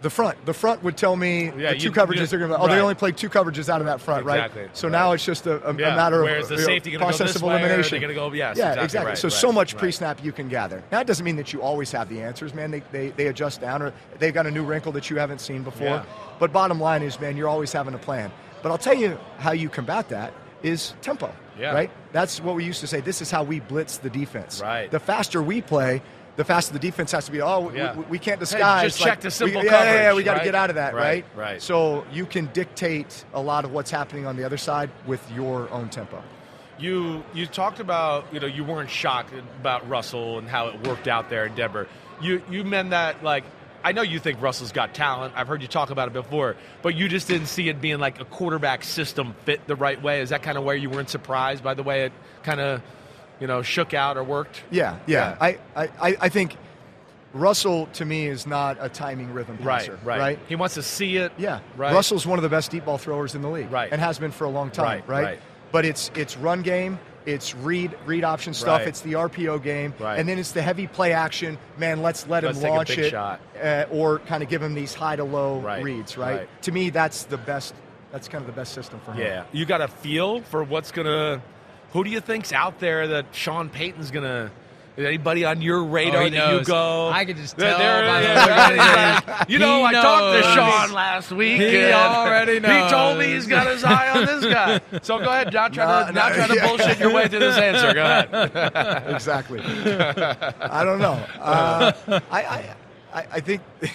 [SPEAKER 13] the front, the front would tell me
[SPEAKER 3] Yeah,
[SPEAKER 13] the two
[SPEAKER 3] you-
[SPEAKER 13] coverages
[SPEAKER 3] you-
[SPEAKER 13] they're going to. Oh, they
[SPEAKER 3] right.
[SPEAKER 13] only played two coverages out of that front,
[SPEAKER 3] Exactly,
[SPEAKER 13] right? So now it's just a, a, a
[SPEAKER 3] Yeah,
[SPEAKER 13] matter
[SPEAKER 3] where's
[SPEAKER 13] of
[SPEAKER 3] the
[SPEAKER 13] you know,
[SPEAKER 3] safety gonna go
[SPEAKER 13] process
[SPEAKER 3] this
[SPEAKER 13] of
[SPEAKER 3] way, or are they
[SPEAKER 13] elimination.
[SPEAKER 3] gonna go- yes,
[SPEAKER 13] yeah,
[SPEAKER 3] exactly, right,
[SPEAKER 13] so
[SPEAKER 3] right,
[SPEAKER 13] so much
[SPEAKER 3] right.
[SPEAKER 13] pre-snap you can gather. Now, it doesn't mean that you always have the answers, man. They they, they adjust down, or they've got a new wrinkle that you haven't seen before.
[SPEAKER 3] Yeah.
[SPEAKER 13] But bottom line is, man, you're always having a plan. But I'll tell you how you combat that is tempo.
[SPEAKER 3] Yeah.
[SPEAKER 13] Right? That's what we used to say. This is how we blitz the defense.
[SPEAKER 3] Right.
[SPEAKER 13] The faster we play, the faster the defense has to be. Oh, we-
[SPEAKER 3] Yeah.
[SPEAKER 13] we, we can't
[SPEAKER 3] Hey,
[SPEAKER 13] disguise.
[SPEAKER 3] just check the simple
[SPEAKER 13] we, yeah, yeah, yeah,
[SPEAKER 3] coverage,
[SPEAKER 13] we got to
[SPEAKER 3] right?
[SPEAKER 13] get out of that,
[SPEAKER 3] Right,
[SPEAKER 13] right?
[SPEAKER 3] right.
[SPEAKER 13] So you can dictate a lot of what's happening on the other side with your own tempo.
[SPEAKER 3] You you talked about you know you weren't shocked about Russell and how it worked out there in Denver. You you meant that like I know you think Russell's got talent. I've heard you talk about it before, but you just didn't see it being like a quarterback system fit the right way. Is that kind of where you weren't surprised by the way it kind of you know shook out or worked?
[SPEAKER 13] Yeah, yeah. I, I, I I think Russell to me is not a timing rhythm
[SPEAKER 3] Right,
[SPEAKER 13] passer.
[SPEAKER 3] right, He wants to see it.
[SPEAKER 13] Yeah,
[SPEAKER 3] right.
[SPEAKER 13] Russell's one of the best deep ball throwers in the league, right? And has been for a long time,
[SPEAKER 3] Right,
[SPEAKER 13] right?
[SPEAKER 3] right.
[SPEAKER 13] But it's it's run game, it's read read option stuff,
[SPEAKER 3] Right.
[SPEAKER 13] it's the RPO game,
[SPEAKER 3] Right.
[SPEAKER 13] and then it's the heavy play action. Man, let's let
[SPEAKER 3] Let's
[SPEAKER 13] him
[SPEAKER 3] take a
[SPEAKER 13] launch
[SPEAKER 3] big
[SPEAKER 13] it,
[SPEAKER 3] shot.
[SPEAKER 13] Uh, or kind of give him these high to low
[SPEAKER 3] Right,
[SPEAKER 13] reads, right?
[SPEAKER 3] right.
[SPEAKER 13] To me, that's the best. That's kind of the best system for him.
[SPEAKER 3] Yeah, you got a feel for what's gonna. Who do you think's out there that Sean Payton's gonna? is Anybody on your radar
[SPEAKER 12] Oh, he
[SPEAKER 3] that you
[SPEAKER 12] knows.
[SPEAKER 3] go?
[SPEAKER 12] I could just
[SPEAKER 3] There-
[SPEAKER 12] tell
[SPEAKER 3] there-
[SPEAKER 12] by the
[SPEAKER 3] yeah,
[SPEAKER 12] look
[SPEAKER 3] yeah,
[SPEAKER 12] on his face.
[SPEAKER 3] You know,
[SPEAKER 12] He
[SPEAKER 3] I talked to
[SPEAKER 12] knows.
[SPEAKER 3] Sean last week.
[SPEAKER 12] He
[SPEAKER 3] and
[SPEAKER 12] already
[SPEAKER 3] He told me
[SPEAKER 12] knows.
[SPEAKER 3] he's got his eye on this guy. So go ahead, not try to
[SPEAKER 13] No,
[SPEAKER 3] not
[SPEAKER 13] no,
[SPEAKER 3] try to
[SPEAKER 13] yeah.
[SPEAKER 3] bullshit your way through this answer. Go ahead.
[SPEAKER 13] exactly. I don't know. Uh, I, I, I I think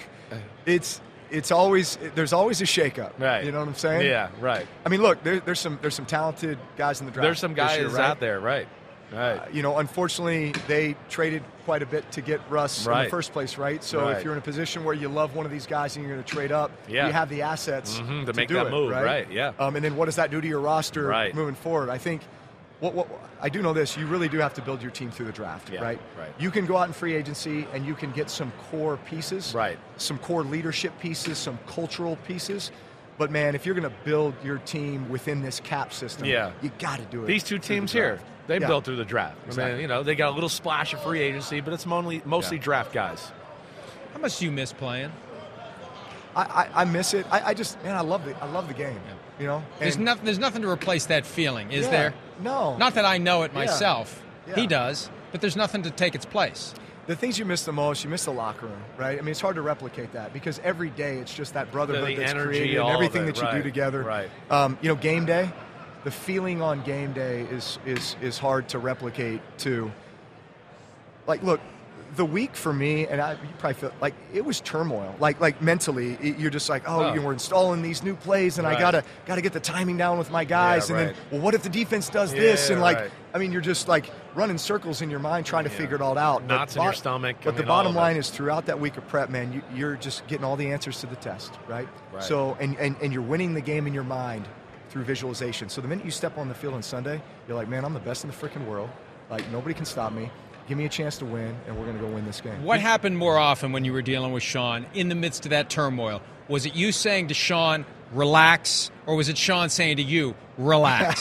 [SPEAKER 13] it's it's always there's always a shakeup.
[SPEAKER 3] Right.
[SPEAKER 13] You know what I'm saying?
[SPEAKER 3] Yeah, right.
[SPEAKER 13] I mean, look, there, there's some there's some talented guys in the draft.
[SPEAKER 3] There's some
[SPEAKER 13] this
[SPEAKER 3] guys
[SPEAKER 13] year, right?
[SPEAKER 3] out there, right? Right.
[SPEAKER 13] You know, unfortunately, they traded quite a bit to get Russ in
[SPEAKER 3] Right.
[SPEAKER 13] the first place, right? So
[SPEAKER 3] Right.
[SPEAKER 13] if you're in a position where you love one of these guys and you're going to trade up,
[SPEAKER 3] Yeah.
[SPEAKER 13] you have the assets
[SPEAKER 3] Mhm,
[SPEAKER 13] to
[SPEAKER 3] to make
[SPEAKER 13] do
[SPEAKER 3] that
[SPEAKER 13] it,
[SPEAKER 3] move,
[SPEAKER 13] right?
[SPEAKER 3] right, yeah.
[SPEAKER 13] Um, and then what does that do to your roster
[SPEAKER 3] Right.
[SPEAKER 13] moving forward? I think what, what I do know this: you really do have to build your team through the draft,
[SPEAKER 3] Yeah,
[SPEAKER 13] right?
[SPEAKER 3] right.
[SPEAKER 13] You can go out in free agency and you can get some core pieces,
[SPEAKER 3] right?
[SPEAKER 13] Some core leadership pieces, some cultural pieces. But man, if you're going to build your team within this cap system,
[SPEAKER 3] Yeah.
[SPEAKER 13] you got to do it.
[SPEAKER 3] These
[SPEAKER 13] through
[SPEAKER 3] two
[SPEAKER 13] the
[SPEAKER 3] teams here,
[SPEAKER 13] draft.
[SPEAKER 3] they
[SPEAKER 13] Yeah.
[SPEAKER 3] built through the draft. I mean,
[SPEAKER 13] Exactly.
[SPEAKER 3] you know, they got a little splash of free agency, but it's mostly mostly draft guys.
[SPEAKER 12] How much do you miss playing?
[SPEAKER 13] I, I, I miss it. I, I just man, I love the I love the game. You know,
[SPEAKER 12] There's
[SPEAKER 13] And-
[SPEAKER 12] nothing. There's nothing to replace that feeling, is
[SPEAKER 13] Yeah,
[SPEAKER 12] there?
[SPEAKER 13] No.
[SPEAKER 12] Not that I know it
[SPEAKER 13] Yeah.
[SPEAKER 12] myself. He
[SPEAKER 13] Yeah.
[SPEAKER 12] does, but there's nothing to take its place.
[SPEAKER 13] The things you miss the most, you miss the locker room, right? I mean, it's hard to replicate that because every day it's just that brotherhood
[SPEAKER 3] The
[SPEAKER 13] that's
[SPEAKER 3] energy,
[SPEAKER 13] created
[SPEAKER 3] all
[SPEAKER 13] and
[SPEAKER 3] of
[SPEAKER 13] everything
[SPEAKER 3] it,
[SPEAKER 13] that you
[SPEAKER 3] right,
[SPEAKER 13] do together.
[SPEAKER 3] right.
[SPEAKER 13] Um, you know, game day, the feeling on game day is is is hard to replicate too. Like, look, the week for me, and I you probably feel like it was turmoil. Like, like mentally, it- you're just like, oh,
[SPEAKER 3] Oh.
[SPEAKER 13] you know, we're installing these new plays, and
[SPEAKER 3] Right.
[SPEAKER 13] I gotta gotta get the timing down with my guys,
[SPEAKER 3] Yeah,
[SPEAKER 13] and
[SPEAKER 3] right.
[SPEAKER 13] then, well, what if the defense does this?
[SPEAKER 3] Yeah,
[SPEAKER 13] And like,
[SPEAKER 3] right.
[SPEAKER 13] I mean, you're just like running circles in your mind trying to figure it all out. But
[SPEAKER 3] Knots in your stomach, I
[SPEAKER 13] But the
[SPEAKER 3] mean, all
[SPEAKER 13] bottom
[SPEAKER 3] of it.
[SPEAKER 13] line is, throughout that week of prep, man, you, you're just getting all the answers to the test, right?
[SPEAKER 3] Right.
[SPEAKER 13] So, and, and and you're winning the game in your mind through visualization. So the minute you step on the field on Sunday, you're like, man, I'm the best in the freaking world. Like nobody can stop me. Give me a chance to win, and we're gonna go win this game.
[SPEAKER 12] What happened more often when you were dealing with Sean in the midst of that turmoil? Was it you saying to Sean, "Relax," or was it Sean saying to you, "Relax"?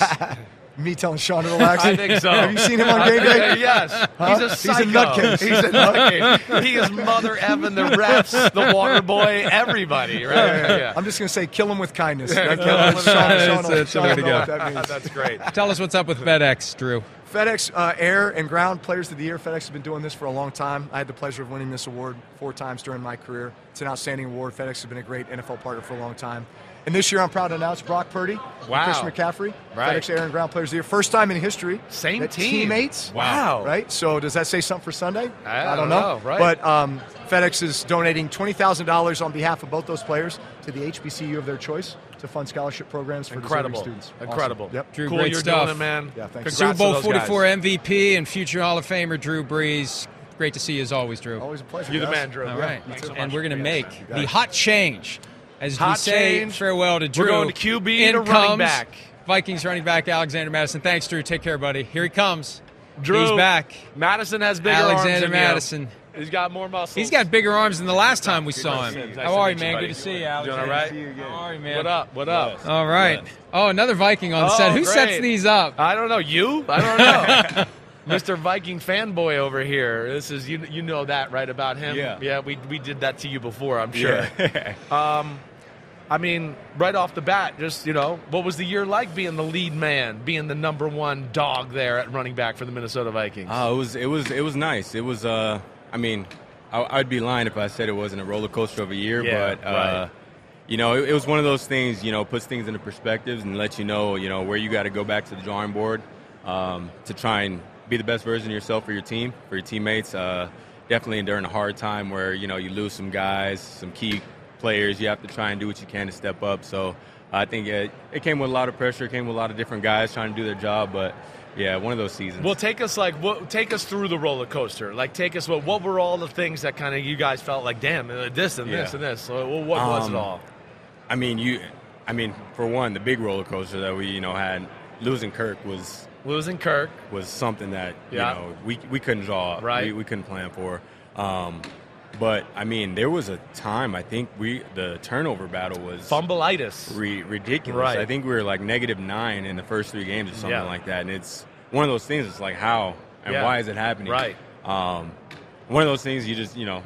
[SPEAKER 13] Me telling Sean to relax.
[SPEAKER 3] I think so.
[SPEAKER 13] Have you seen him on
[SPEAKER 3] I
[SPEAKER 13] game
[SPEAKER 3] think-
[SPEAKER 13] day?
[SPEAKER 3] yes.
[SPEAKER 13] Huh?
[SPEAKER 3] He's a psycho.
[SPEAKER 13] nutcase.
[SPEAKER 3] He's a nutcase. he is mother effing the refs, the water boy, everybody, right?
[SPEAKER 13] Yeah, yeah,
[SPEAKER 3] Yeah.
[SPEAKER 13] yeah. I'm just gonna say, kill him with kindness.
[SPEAKER 3] Yeah,
[SPEAKER 13] That-
[SPEAKER 3] kill him with
[SPEAKER 13] Sean-
[SPEAKER 3] kindness.
[SPEAKER 13] Sean will-
[SPEAKER 3] That's- that's the
[SPEAKER 13] Sean
[SPEAKER 3] way
[SPEAKER 13] will
[SPEAKER 3] to
[SPEAKER 13] know
[SPEAKER 3] go.
[SPEAKER 13] what that means.
[SPEAKER 3] That's great.
[SPEAKER 12] Tell us what's up with FedEx, Drew.
[SPEAKER 13] FedEx uh, Air and Ground Players of the Year. FedEx has been doing this for a long time. I had the pleasure of winning this award four times during my career. It's an outstanding award. FedEx has been a great NFL partner for a long time. And this year, I'm proud to announce Brock Purdy,
[SPEAKER 3] Wow.
[SPEAKER 13] Chris McCaffrey,
[SPEAKER 3] Right.
[SPEAKER 13] FedEx Air and Ground Players of the Year. First time in history.
[SPEAKER 3] Same
[SPEAKER 13] that
[SPEAKER 3] team.
[SPEAKER 13] Teammates.
[SPEAKER 3] Wow.
[SPEAKER 13] Right? So, does that say something for Sunday?
[SPEAKER 3] I don't know, right.
[SPEAKER 13] But um, FedEx is donating $20,000 on behalf of both those players to the HBCU of their choice to fund scholarship programs for deserving
[SPEAKER 3] Incredible.
[SPEAKER 13] students. Awesome.
[SPEAKER 3] Incredible.
[SPEAKER 13] Yep.
[SPEAKER 12] Drew,
[SPEAKER 3] cool,
[SPEAKER 12] great
[SPEAKER 3] you're
[SPEAKER 12] stuff.
[SPEAKER 3] doing it, man.
[SPEAKER 13] Yeah, thanks.
[SPEAKER 3] Congrats
[SPEAKER 12] Super Bowl
[SPEAKER 3] to those guys.
[SPEAKER 12] 44 MVP and future Hall of Famer Drew Brees. Great to see you as always, Drew.
[SPEAKER 13] Always a pleasure.
[SPEAKER 3] You're the
[SPEAKER 13] guys.
[SPEAKER 3] man, Drew.
[SPEAKER 12] All
[SPEAKER 3] Yeah,
[SPEAKER 12] right.
[SPEAKER 3] thanks so
[SPEAKER 12] and
[SPEAKER 3] much
[SPEAKER 12] we're going to
[SPEAKER 3] for
[SPEAKER 12] make
[SPEAKER 3] being on
[SPEAKER 12] the
[SPEAKER 3] tonight.
[SPEAKER 12] hot change. As we
[SPEAKER 3] Hot
[SPEAKER 12] say
[SPEAKER 3] change.
[SPEAKER 12] farewell to Drew.
[SPEAKER 3] We're going to QB to
[SPEAKER 12] In
[SPEAKER 3] running
[SPEAKER 12] comes
[SPEAKER 3] back.
[SPEAKER 12] Vikings running back Alexander Madison. Thanks, Drew. Take care, buddy. Here he comes.
[SPEAKER 3] Drew,
[SPEAKER 12] He's back.
[SPEAKER 3] Madison has bigger arms
[SPEAKER 12] Alexander
[SPEAKER 3] than you.
[SPEAKER 12] Madison.
[SPEAKER 3] He's got more muscles.
[SPEAKER 12] He's got bigger arms than the last time we saw
[SPEAKER 3] to see
[SPEAKER 12] him.
[SPEAKER 3] you. Nice
[SPEAKER 12] How
[SPEAKER 3] to
[SPEAKER 12] are
[SPEAKER 3] meet
[SPEAKER 12] you,
[SPEAKER 3] you,
[SPEAKER 12] man?
[SPEAKER 3] buddy.
[SPEAKER 12] Good to see you,
[SPEAKER 3] Doing
[SPEAKER 12] Alexander.
[SPEAKER 3] all right?
[SPEAKER 12] How are you, man?
[SPEAKER 3] What up? What up?
[SPEAKER 12] All right. Oh, another Viking on the set.
[SPEAKER 3] Oh,
[SPEAKER 12] Who sets
[SPEAKER 3] great. Uh,
[SPEAKER 12] these up?
[SPEAKER 3] I don't know. You? I don't know. Mr. Viking fanboy over here. This is you. You know that right about him.
[SPEAKER 14] Yeah.
[SPEAKER 3] Yeah. We we did that to you before. I'm sure. um, I mean, right off the bat, just you know, what was the year like being the lead man, being the number one dog there at running back for the Minnesota Vikings?
[SPEAKER 14] Uh, it was it was it was nice. It was uh, I mean, I, I'd be lying if I said it wasn't a roller coaster of a year,
[SPEAKER 3] Yeah,
[SPEAKER 14] but uh,
[SPEAKER 3] right.
[SPEAKER 14] you know, it, it was one of those things. You know, puts things into perspectives and lets you know, you know, where you got to go back to the drawing board um, to try and be the best version of yourself for your team, for your teammates. Uh, definitely during a hard time where you know you lose some guys, some key players, you have to try and do what you can to step up. So I think it, it came with a lot of pressure. It came with a lot of different guys trying to do their job, but yeah, one of those seasons.
[SPEAKER 3] Well, take us like what, take us through the roller coaster. Like, take us what what were all the things that kind of you guys felt like? Damn, uh, this and this
[SPEAKER 14] Yeah.
[SPEAKER 3] and this. So, what what was it
[SPEAKER 14] Um,
[SPEAKER 3] all?
[SPEAKER 14] I mean, you. I mean, for one, the big roller coaster that we you know had losing Kirk was
[SPEAKER 3] losing Kirk
[SPEAKER 14] was something that
[SPEAKER 3] Yeah.
[SPEAKER 14] you know we we couldn't draw up.
[SPEAKER 3] Right.
[SPEAKER 14] We, we couldn't plan for. Um, but I mean, there was a time I think we the turnover battle was
[SPEAKER 3] fumbleitis,
[SPEAKER 14] re- ridiculous.
[SPEAKER 3] Right.
[SPEAKER 14] I think we were like negative nine in the first three games or something
[SPEAKER 3] Yeah.
[SPEAKER 14] like that, and it's one of those things. It's like how and
[SPEAKER 3] Yeah.
[SPEAKER 14] why is it happening?
[SPEAKER 3] Right.
[SPEAKER 14] Um, one of those things you just you know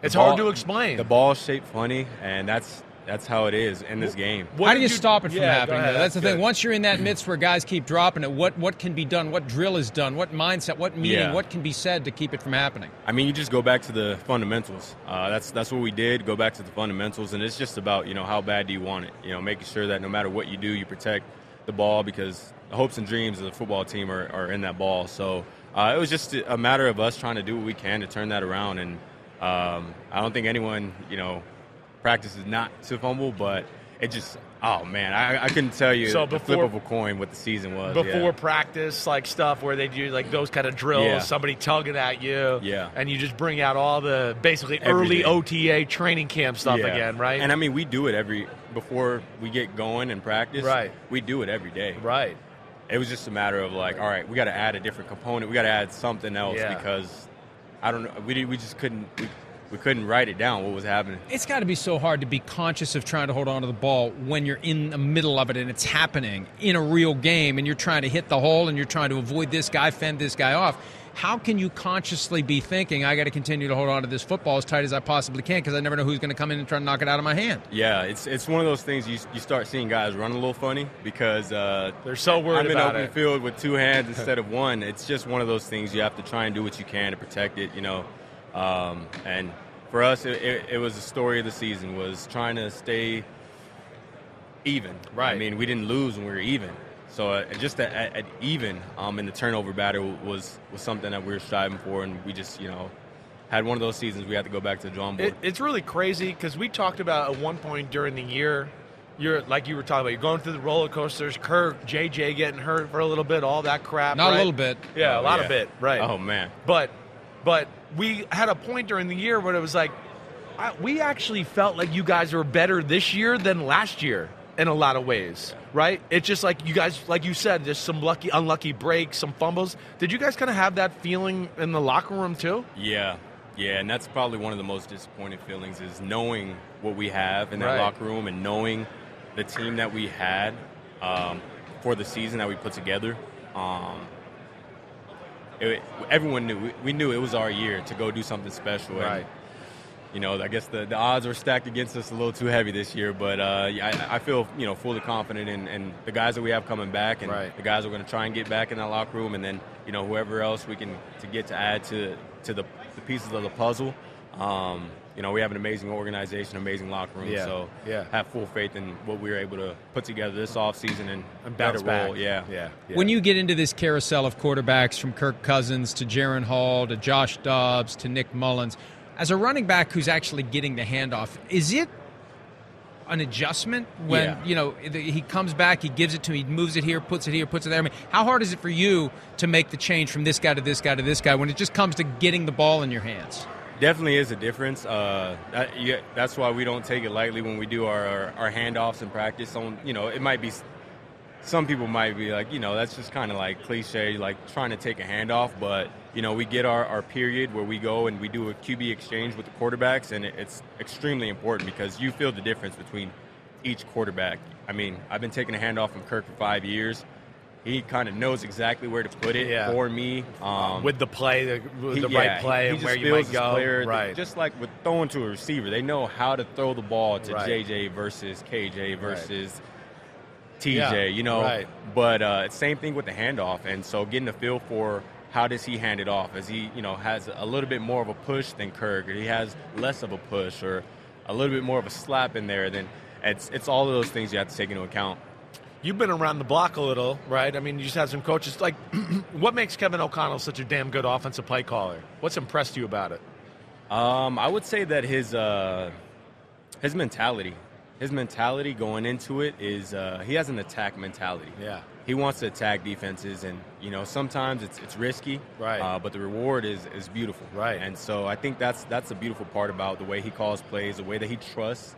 [SPEAKER 14] the
[SPEAKER 3] It's hard to explain.
[SPEAKER 14] The ball shaped funny, and that's that's how it is in this game.
[SPEAKER 12] How do you, stop it from happening? though? That's, the
[SPEAKER 14] good.
[SPEAKER 12] thing. Once you're in that midst where guys keep dropping it, what what can be done? What drill is done? What mindset? What meaning?
[SPEAKER 14] Yeah.
[SPEAKER 12] What can be said to keep it from happening?
[SPEAKER 14] I mean, you just go back to the fundamentals. Uh, that's that's what we did. Go back to the fundamentals, and it's just about you know how bad do you want it? You know, making sure that no matter what you do, you protect the ball because the hopes and dreams of the football team are, are in that ball. So uh, it was just a matter of us trying to do what we can to turn that around. And um, I don't think anyone you know practices not to fumble, but it just oh man, I, I couldn't tell you
[SPEAKER 3] So
[SPEAKER 14] the
[SPEAKER 3] before-
[SPEAKER 14] flip of a coin what the season was yeah.
[SPEAKER 3] Before practice, like stuff where they do like those kind of drills,
[SPEAKER 14] Yeah.
[SPEAKER 3] somebody tugging at you,
[SPEAKER 14] Yeah.
[SPEAKER 3] and you just bring out all the basically early
[SPEAKER 14] Everything.
[SPEAKER 3] OTA training camp stuff
[SPEAKER 14] Yeah.
[SPEAKER 3] again, right?
[SPEAKER 14] And I mean, we do it every before we get going and practice.
[SPEAKER 3] Right.
[SPEAKER 14] We do it every day.
[SPEAKER 3] Right.
[SPEAKER 14] It was just a matter of like, all right, we got to add a different component. We got to add something else
[SPEAKER 12] Yeah.
[SPEAKER 14] Oh, because I don't know. We did, we just couldn't we, we couldn't write it down what was happening.
[SPEAKER 12] It's got to be so hard to be conscious of trying to hold on to the ball when you're in the middle of it and it's happening in a real game and you're trying to hit the hole and you're trying to avoid this guy, fend this guy off. How can you consciously be thinking, I got to continue to hold on to this football as tight as I possibly can because I never know who's going to come in and try to knock it out of my hand?
[SPEAKER 14] Yeah, it's it's one of those things you, you start seeing guys run a little funny because uh,
[SPEAKER 3] they're so worried
[SPEAKER 14] I'm in
[SPEAKER 3] about
[SPEAKER 14] open
[SPEAKER 3] it.
[SPEAKER 14] field with two hands instead of one. It's just one of those things you have to try and do what you can to protect it, you know. Um, and for us, it, it, it was the story of the season was trying to stay even. Right. I mean, we didn't lose when we were even. So uh, just at, at, at even um, in the turnover battle was was something that we were striving for, and we just you know had one of those seasons we had to go back to the drawing board.
[SPEAKER 3] It, it's really crazy because we talked about at one point during the year, you're like you were talking about, you're going through the roller coasters, Kirk, JJ getting hurt for a little bit, all that crap.
[SPEAKER 12] Not a
[SPEAKER 3] right?
[SPEAKER 12] little bit.
[SPEAKER 3] Yeah, a
[SPEAKER 12] Oh,
[SPEAKER 3] lot
[SPEAKER 12] yeah.
[SPEAKER 3] of bit, right?
[SPEAKER 14] Oh, man.
[SPEAKER 3] But, but we had a point during the year where it was like, I, we actually felt like you guys were better this year than last year in a lot of ways, right? It's just like you guys, like you said, just some lucky, unlucky breaks, some fumbles. Did you guys kind of have that feeling in the locker room too?
[SPEAKER 14] Yeah, yeah, and that's probably one of the most disappointing feelings is knowing what we have in that
[SPEAKER 3] Right.
[SPEAKER 14] locker room and knowing the team that we had um, for the season that we put together. Um, it, everyone knew we, we knew it was our year to go do something special. and,
[SPEAKER 3] Right.
[SPEAKER 14] you know, I guess the, the odds were stacked against us a little too heavy this year, but uh, yeah, I, I feel you know fully confident in, in the guys that we have coming back, and
[SPEAKER 3] Right.
[SPEAKER 14] the guys we're going to try and get back in that locker room, and then you know whoever else we can to get to add to to the, the pieces of the puzzle. Um, you know, we have an amazing organization, amazing locker room,
[SPEAKER 3] Yeah,
[SPEAKER 14] so
[SPEAKER 3] yeah.
[SPEAKER 14] have full faith in what we were able to put together this offseason and,
[SPEAKER 3] And
[SPEAKER 14] better
[SPEAKER 3] bounce back.
[SPEAKER 14] role. Yeah,
[SPEAKER 3] yeah,
[SPEAKER 12] When you get into this carousel of quarterbacks from Kirk Cousins to Jaron Hall to Josh Dobbs to Nick Mullins, as a running back who's actually getting the handoff, is it an adjustment when
[SPEAKER 15] Yeah.
[SPEAKER 12] you know the- he comes back, he gives it to, him, he moves it here, puts it here, puts it there? I mean, how hard is it for you to make the change from this guy to this guy to this guy when it just comes to getting the ball in your hands?
[SPEAKER 14] Definitely is a difference. Uh, that, yeah, that's why we don't take it lightly when we do our, our, our handoffs in practice. Some, you know, it might be some people might be like, you know, that's just kind of like cliche, like trying to take a handoff. But you know, we get our, our period where we go and we do a QB exchange with the quarterbacks, and it- it's extremely important because you feel the difference between each quarterback. I mean, I've been taking a handoff from Kirk for five years. He kind of knows exactly where to put it
[SPEAKER 3] Yeah.
[SPEAKER 14] for me. Um,
[SPEAKER 3] With the play, the- with the right play and
[SPEAKER 14] just
[SPEAKER 3] where you
[SPEAKER 14] feels
[SPEAKER 3] might
[SPEAKER 14] his
[SPEAKER 3] go.
[SPEAKER 14] player. They-
[SPEAKER 3] Right.
[SPEAKER 14] Just like with throwing to a receiver, they know how to throw the ball to
[SPEAKER 3] Right.
[SPEAKER 14] JJ versus KJ versus TJ.
[SPEAKER 3] Yeah,
[SPEAKER 14] You know,
[SPEAKER 3] right.
[SPEAKER 14] but uh, same thing with the handoff, and so getting a feel for how does he hand it off? Is he you know has a little bit more of a push than Kirk, or he has less of a push, or a little bit more of a slap in there than it's it's all of those things you have to take into account.
[SPEAKER 3] You've been around the block a little, right? I mean, you just have some coaches. Like, what makes Kevin O'Connell such a damn good offensive play caller? What's impressed you about it?
[SPEAKER 14] Um, I would say that his uh, his mentality, his mentality going into it is uh, he has an attack mentality.
[SPEAKER 3] Yeah.
[SPEAKER 14] He wants to attack defenses, and you know sometimes it's it's risky,
[SPEAKER 3] right?
[SPEAKER 14] Uh, but the reward is is beautiful, right? And so I think that's that's a beautiful part about the way he calls plays, the way that he trusts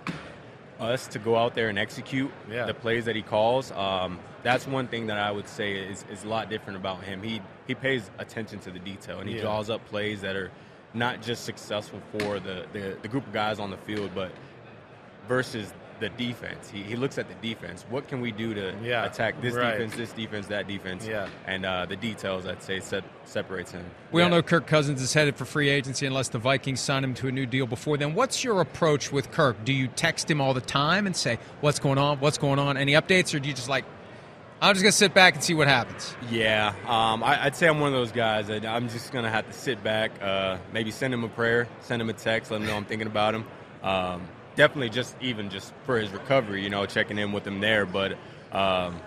[SPEAKER 14] us to go out there and execute
[SPEAKER 3] Yeah.
[SPEAKER 14] the plays that he calls. Um, that's one thing that I would say is, is a lot different about him. He he pays attention to the detail and he
[SPEAKER 3] Yeah.
[SPEAKER 14] draws up plays that are not just successful for the, the, the group of guys on the field, but versus the defense. He, he looks at the defense. What can we do to
[SPEAKER 3] Yeah,
[SPEAKER 14] attack this
[SPEAKER 3] right.
[SPEAKER 14] defense, this defense, that defense?
[SPEAKER 3] Yeah.
[SPEAKER 14] And uh, the details, I'd say, set, separates him.
[SPEAKER 12] We all know Kirk Cousins is headed for free agency unless the Vikings sign him to a new deal before then. What's your approach with Kirk? Do you text him all the time and say, What's going on? What's going on? Any updates? Or do you just like, I'm just going to sit back and see what happens?
[SPEAKER 14] Yeah, um, I, I'd say I'm one of those guys that I'm just gonna have to sit back, uh, maybe send him a prayer, send him a text, let him know I'm thinking about him. Um, definitely, just even just for his recovery, you know, checking in with him there. But um,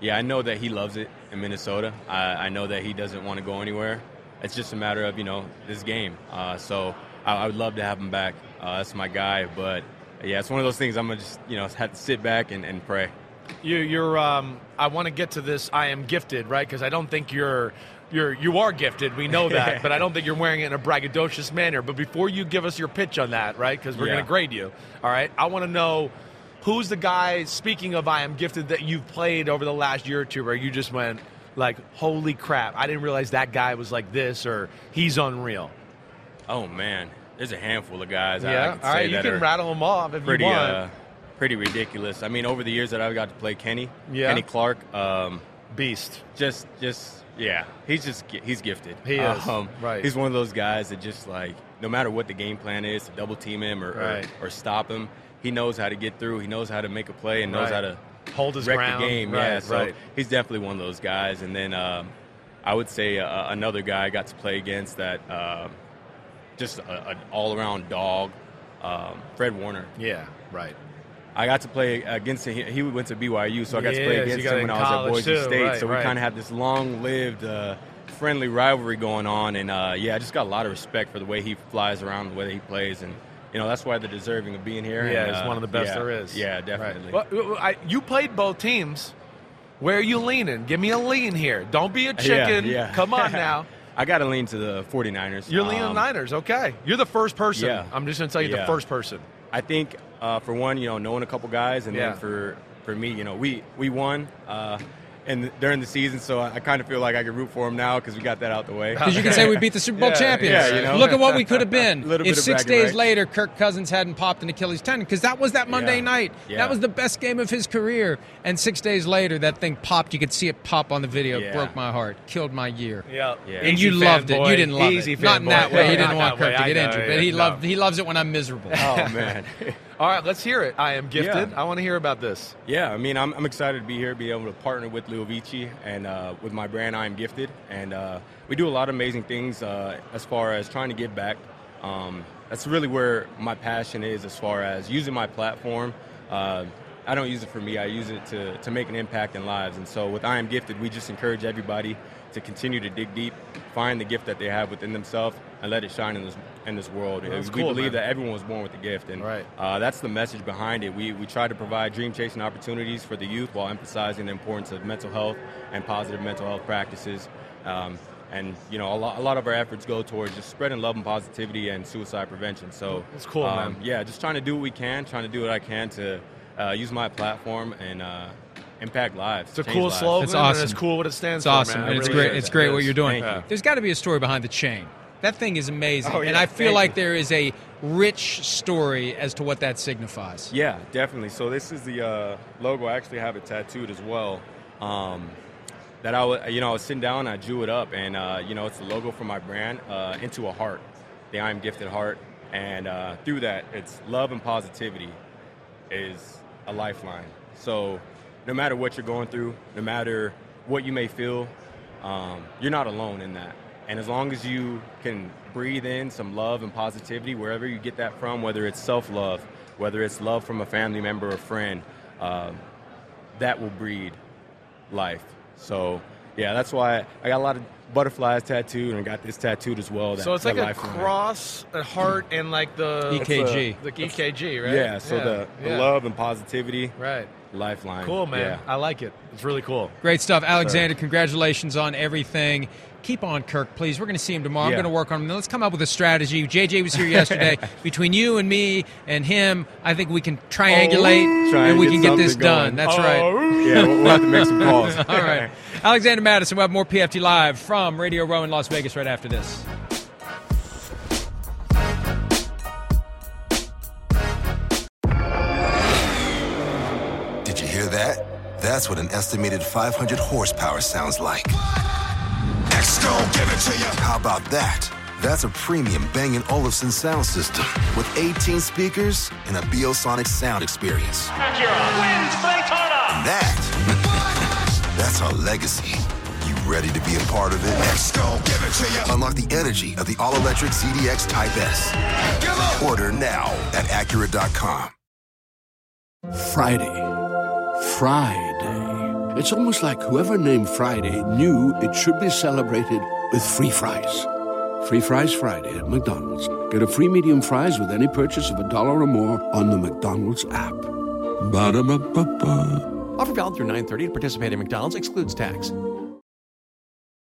[SPEAKER 14] yeah, I know that he loves it in Minnesota. I, I know that he doesn't want to go anywhere. It's just a matter of you know this game. Uh, so I, I would love to have him back. Uh, that's my guy. But yeah, it's one of those things I'm gonna just you know have to sit back and, and pray.
[SPEAKER 3] You, you're. Um, I want to get to this. I am gifted, right? Because I don't think you're. You're, you are gifted, we know that, but I don't think you're wearing it in a braggadocious manner. But before you give us your pitch on that, right, because we're
[SPEAKER 14] Yeah.
[SPEAKER 3] going to grade you, all right, I want to know who's the guy, speaking of I am gifted, that you've played over the last year or two where you just went, like, holy crap, I didn't realize that guy was like this or he's unreal.
[SPEAKER 14] Oh man, there's a handful of guys. I, I
[SPEAKER 3] yeah,
[SPEAKER 14] could
[SPEAKER 3] all
[SPEAKER 14] say
[SPEAKER 3] right, you
[SPEAKER 14] that
[SPEAKER 3] can
[SPEAKER 14] are
[SPEAKER 3] rattle them off if
[SPEAKER 14] pretty,
[SPEAKER 3] you want.
[SPEAKER 14] Uh, pretty ridiculous. I mean, over the years that I've got to play Kenny,
[SPEAKER 3] Yeah.
[SPEAKER 14] Kenny Clark, um,
[SPEAKER 3] beast.
[SPEAKER 14] Just, just yeah, he's just gi- he's gifted.
[SPEAKER 3] He is, right.
[SPEAKER 14] He's one of those guys that just like no matter what the game plan is, to double team him or,
[SPEAKER 3] Right.
[SPEAKER 14] or or stop him, he knows how to get through. He knows how to make a play and knows
[SPEAKER 3] Right.
[SPEAKER 14] how to
[SPEAKER 3] Hold his
[SPEAKER 14] wreck
[SPEAKER 3] ground.
[SPEAKER 14] the game. yeah,
[SPEAKER 3] Right,
[SPEAKER 14] so
[SPEAKER 3] right.
[SPEAKER 14] he's definitely one of those guys. And then um, I would say uh, another guy I got to play against that um just a, an all-around dog, um, Fred Warner.
[SPEAKER 3] Yeah, right.
[SPEAKER 14] I got to play against him. He- He went to BYU, so I got to
[SPEAKER 3] Yes,
[SPEAKER 14] play
[SPEAKER 3] you
[SPEAKER 14] against
[SPEAKER 3] got
[SPEAKER 14] him
[SPEAKER 3] in
[SPEAKER 14] when I was at
[SPEAKER 3] college,
[SPEAKER 14] Boise
[SPEAKER 3] too.
[SPEAKER 14] State.
[SPEAKER 3] Right,
[SPEAKER 14] so we
[SPEAKER 3] right.
[SPEAKER 14] kind of had this long-lived, uh, friendly rivalry going on. And uh, yeah, I just got a lot of respect for the way he flies around, the way that he plays, and you know that's why they're deserving of being here.
[SPEAKER 3] Yeah,
[SPEAKER 14] and,
[SPEAKER 3] it's
[SPEAKER 14] uh,
[SPEAKER 3] one of the best
[SPEAKER 14] yeah,
[SPEAKER 3] there is.
[SPEAKER 14] Yeah,
[SPEAKER 3] Right.
[SPEAKER 14] definitely.
[SPEAKER 3] Well, well, I- you played both teams. Where are you leaning? Give me a lean here. Don't be a chicken.
[SPEAKER 14] Yeah, yeah.
[SPEAKER 3] Come on now.
[SPEAKER 14] I got to lean to the 49ers.
[SPEAKER 3] You're leaning
[SPEAKER 14] Um,
[SPEAKER 3] Niners. Okay. You're the first person.
[SPEAKER 14] Yeah.
[SPEAKER 3] I'm just going to tell you the
[SPEAKER 14] Yeah.
[SPEAKER 3] first person.
[SPEAKER 14] I think uh, for one, you know, knowing a couple guys, and
[SPEAKER 3] Yeah.
[SPEAKER 14] then for for me, you know, we we won. Uh, and during the season, so I, I kind of feel like I can root for him now because we got that out the way.
[SPEAKER 12] Because you can say we beat the Super Bowl
[SPEAKER 14] Yeah,
[SPEAKER 12] champions.
[SPEAKER 14] Yeah, you know?
[SPEAKER 12] Look at what we could have been
[SPEAKER 14] Little bit
[SPEAKER 12] if
[SPEAKER 14] of
[SPEAKER 12] six
[SPEAKER 14] bragging
[SPEAKER 12] days
[SPEAKER 14] rights.
[SPEAKER 12] later Kirk Cousins hadn't popped an Achilles tendon. Because that was that Monday
[SPEAKER 14] Yeah.
[SPEAKER 12] night.
[SPEAKER 14] Yeah.
[SPEAKER 12] That was the best game of his career. And six days later, that thing popped. You could see it pop on the video. It
[SPEAKER 14] Yeah.
[SPEAKER 12] broke my heart. Killed my year.
[SPEAKER 3] Yeah. Yeah.
[SPEAKER 12] And you
[SPEAKER 3] Easy
[SPEAKER 12] loved it.
[SPEAKER 3] fanboy.
[SPEAKER 12] You didn't love
[SPEAKER 3] Easy
[SPEAKER 12] it. Not in
[SPEAKER 3] fanboy.
[SPEAKER 12] that way.
[SPEAKER 3] Yeah,
[SPEAKER 12] He didn't
[SPEAKER 3] not
[SPEAKER 12] want
[SPEAKER 3] that
[SPEAKER 12] Kirk to
[SPEAKER 3] way.
[SPEAKER 12] get
[SPEAKER 3] I know,
[SPEAKER 12] injured. But
[SPEAKER 3] yeah,
[SPEAKER 12] he
[SPEAKER 3] no.
[SPEAKER 12] loved. He loves it when I'm miserable.
[SPEAKER 14] Oh man.
[SPEAKER 3] All right, let's hear it. I am gifted.
[SPEAKER 14] Yeah.
[SPEAKER 3] I want to hear about this.
[SPEAKER 14] Yeah, I mean, I'm, I'm excited to be here, be able to partner with Leovici and uh, with my brand, I'm Gifted. And uh, we do a lot of amazing things uh, as far as trying to give back. Um, that's really where my passion is as far as using my platform. Uh, I don't use it for me, I use it to, to make an impact in lives. And so with I Am Gifted, we just encourage everybody to continue to dig deep, find the gift that they have within themselves, and let it shine in this, in this world.
[SPEAKER 3] That's
[SPEAKER 14] we
[SPEAKER 3] cool,
[SPEAKER 14] believe
[SPEAKER 3] man.
[SPEAKER 14] that everyone was born with a gift. And uh, that's the message behind it. We, we try to provide dream chasing opportunities for the youth while emphasizing the importance of mental health and positive mental health practices. Um, and, you know, a lot, a lot of our efforts go towards just spreading love and positivity and suicide prevention. So
[SPEAKER 3] That's cool,
[SPEAKER 14] um,
[SPEAKER 3] man.
[SPEAKER 14] Yeah, just trying to do what we can, trying to do what I can to uh, use my platform and uh, impact lives.
[SPEAKER 3] It's a cool slogan.
[SPEAKER 12] It's
[SPEAKER 3] And it's
[SPEAKER 12] awesome.
[SPEAKER 3] cool what it stands
[SPEAKER 12] It's
[SPEAKER 3] for.
[SPEAKER 12] awesome.
[SPEAKER 3] man. I
[SPEAKER 12] and it's
[SPEAKER 3] really
[SPEAKER 12] great.
[SPEAKER 3] is.
[SPEAKER 12] It's
[SPEAKER 3] It
[SPEAKER 12] great what
[SPEAKER 3] is.
[SPEAKER 12] you're doing.
[SPEAKER 3] Yeah.
[SPEAKER 12] There's got to be a story behind the chain. That thing is amazing,
[SPEAKER 14] Oh,
[SPEAKER 12] and
[SPEAKER 14] yeah.
[SPEAKER 12] I feel
[SPEAKER 14] Thank
[SPEAKER 12] like
[SPEAKER 14] you.
[SPEAKER 12] there is a rich story as to what that signifies.
[SPEAKER 14] Yeah, definitely. So this is the uh, logo. I actually have it tattooed as well. Um, that I was, you know, I was sitting down. I drew it up, and uh, you know, it's the logo for my brand uh, into a heart, the I am gifted heart, and uh, through that, it's love and positivity is a lifeline. So, no matter what you're going through, no matter what you may feel, um, you're not alone in that. And as long as you can breathe in some love and positivity, wherever you get that from, whether it's self love, whether it's love from a family member or friend, um, that will breed life. So yeah, that's why I got a lot of butterflies tattooed, and I got this tattooed as well. That,
[SPEAKER 3] so it's
[SPEAKER 14] that
[SPEAKER 3] like a
[SPEAKER 14] life line.
[SPEAKER 3] cross, a heart, and like the
[SPEAKER 12] E
[SPEAKER 14] EKG.
[SPEAKER 3] the EKG, right?
[SPEAKER 14] Yeah, so The, the
[SPEAKER 3] yeah.
[SPEAKER 14] love and positivity,
[SPEAKER 3] right?
[SPEAKER 14] Lifeline.
[SPEAKER 3] Cool, man. Uh,
[SPEAKER 14] Yeah.
[SPEAKER 3] I like it. It's really cool.
[SPEAKER 2] Great stuff,
[SPEAKER 14] Sure.
[SPEAKER 2] Alexander. Congratulations on everything. Keep on Kirk, please. We're going to see him tomorrow.
[SPEAKER 14] Yeah.
[SPEAKER 2] I'm going to work on him. Let's come up with a strategy. JJ was here yesterday. Between you and me and him, I think we can triangulate
[SPEAKER 14] Try
[SPEAKER 2] and we
[SPEAKER 14] get
[SPEAKER 2] can get this
[SPEAKER 14] something going.
[SPEAKER 2] done. That's
[SPEAKER 13] Oh,
[SPEAKER 2] right.
[SPEAKER 14] Yeah, we'll, we'll have to make some calls.
[SPEAKER 2] All right. Alexander Madison, we'll have more PFT Live from Radio Row in Las Vegas right after this.
[SPEAKER 6] Did you hear that? That's what an estimated 500 horsepower sounds like. Next, don't give it to you. How about that? That's a premium Bang & Olufsen sound system with 18 speakers and a Biosonic sound experience. And that, that's our legacy. You ready to be a part of it? Next, don't give it to you. Unlock the energy of the all-electric ZDX Type S. Order now at Acura.com.
[SPEAKER 1] Friday. Friday. It's almost like whoever named Friday knew it should be celebrated with free fries. Free Fries Friday at McDonald's. Get a free medium fries with any purchase of a dollar or more on the McDonald's app. Ba-da-ba-ba-ba.
[SPEAKER 16] Offer valid through 930 to participate in McDonald's excludes tax.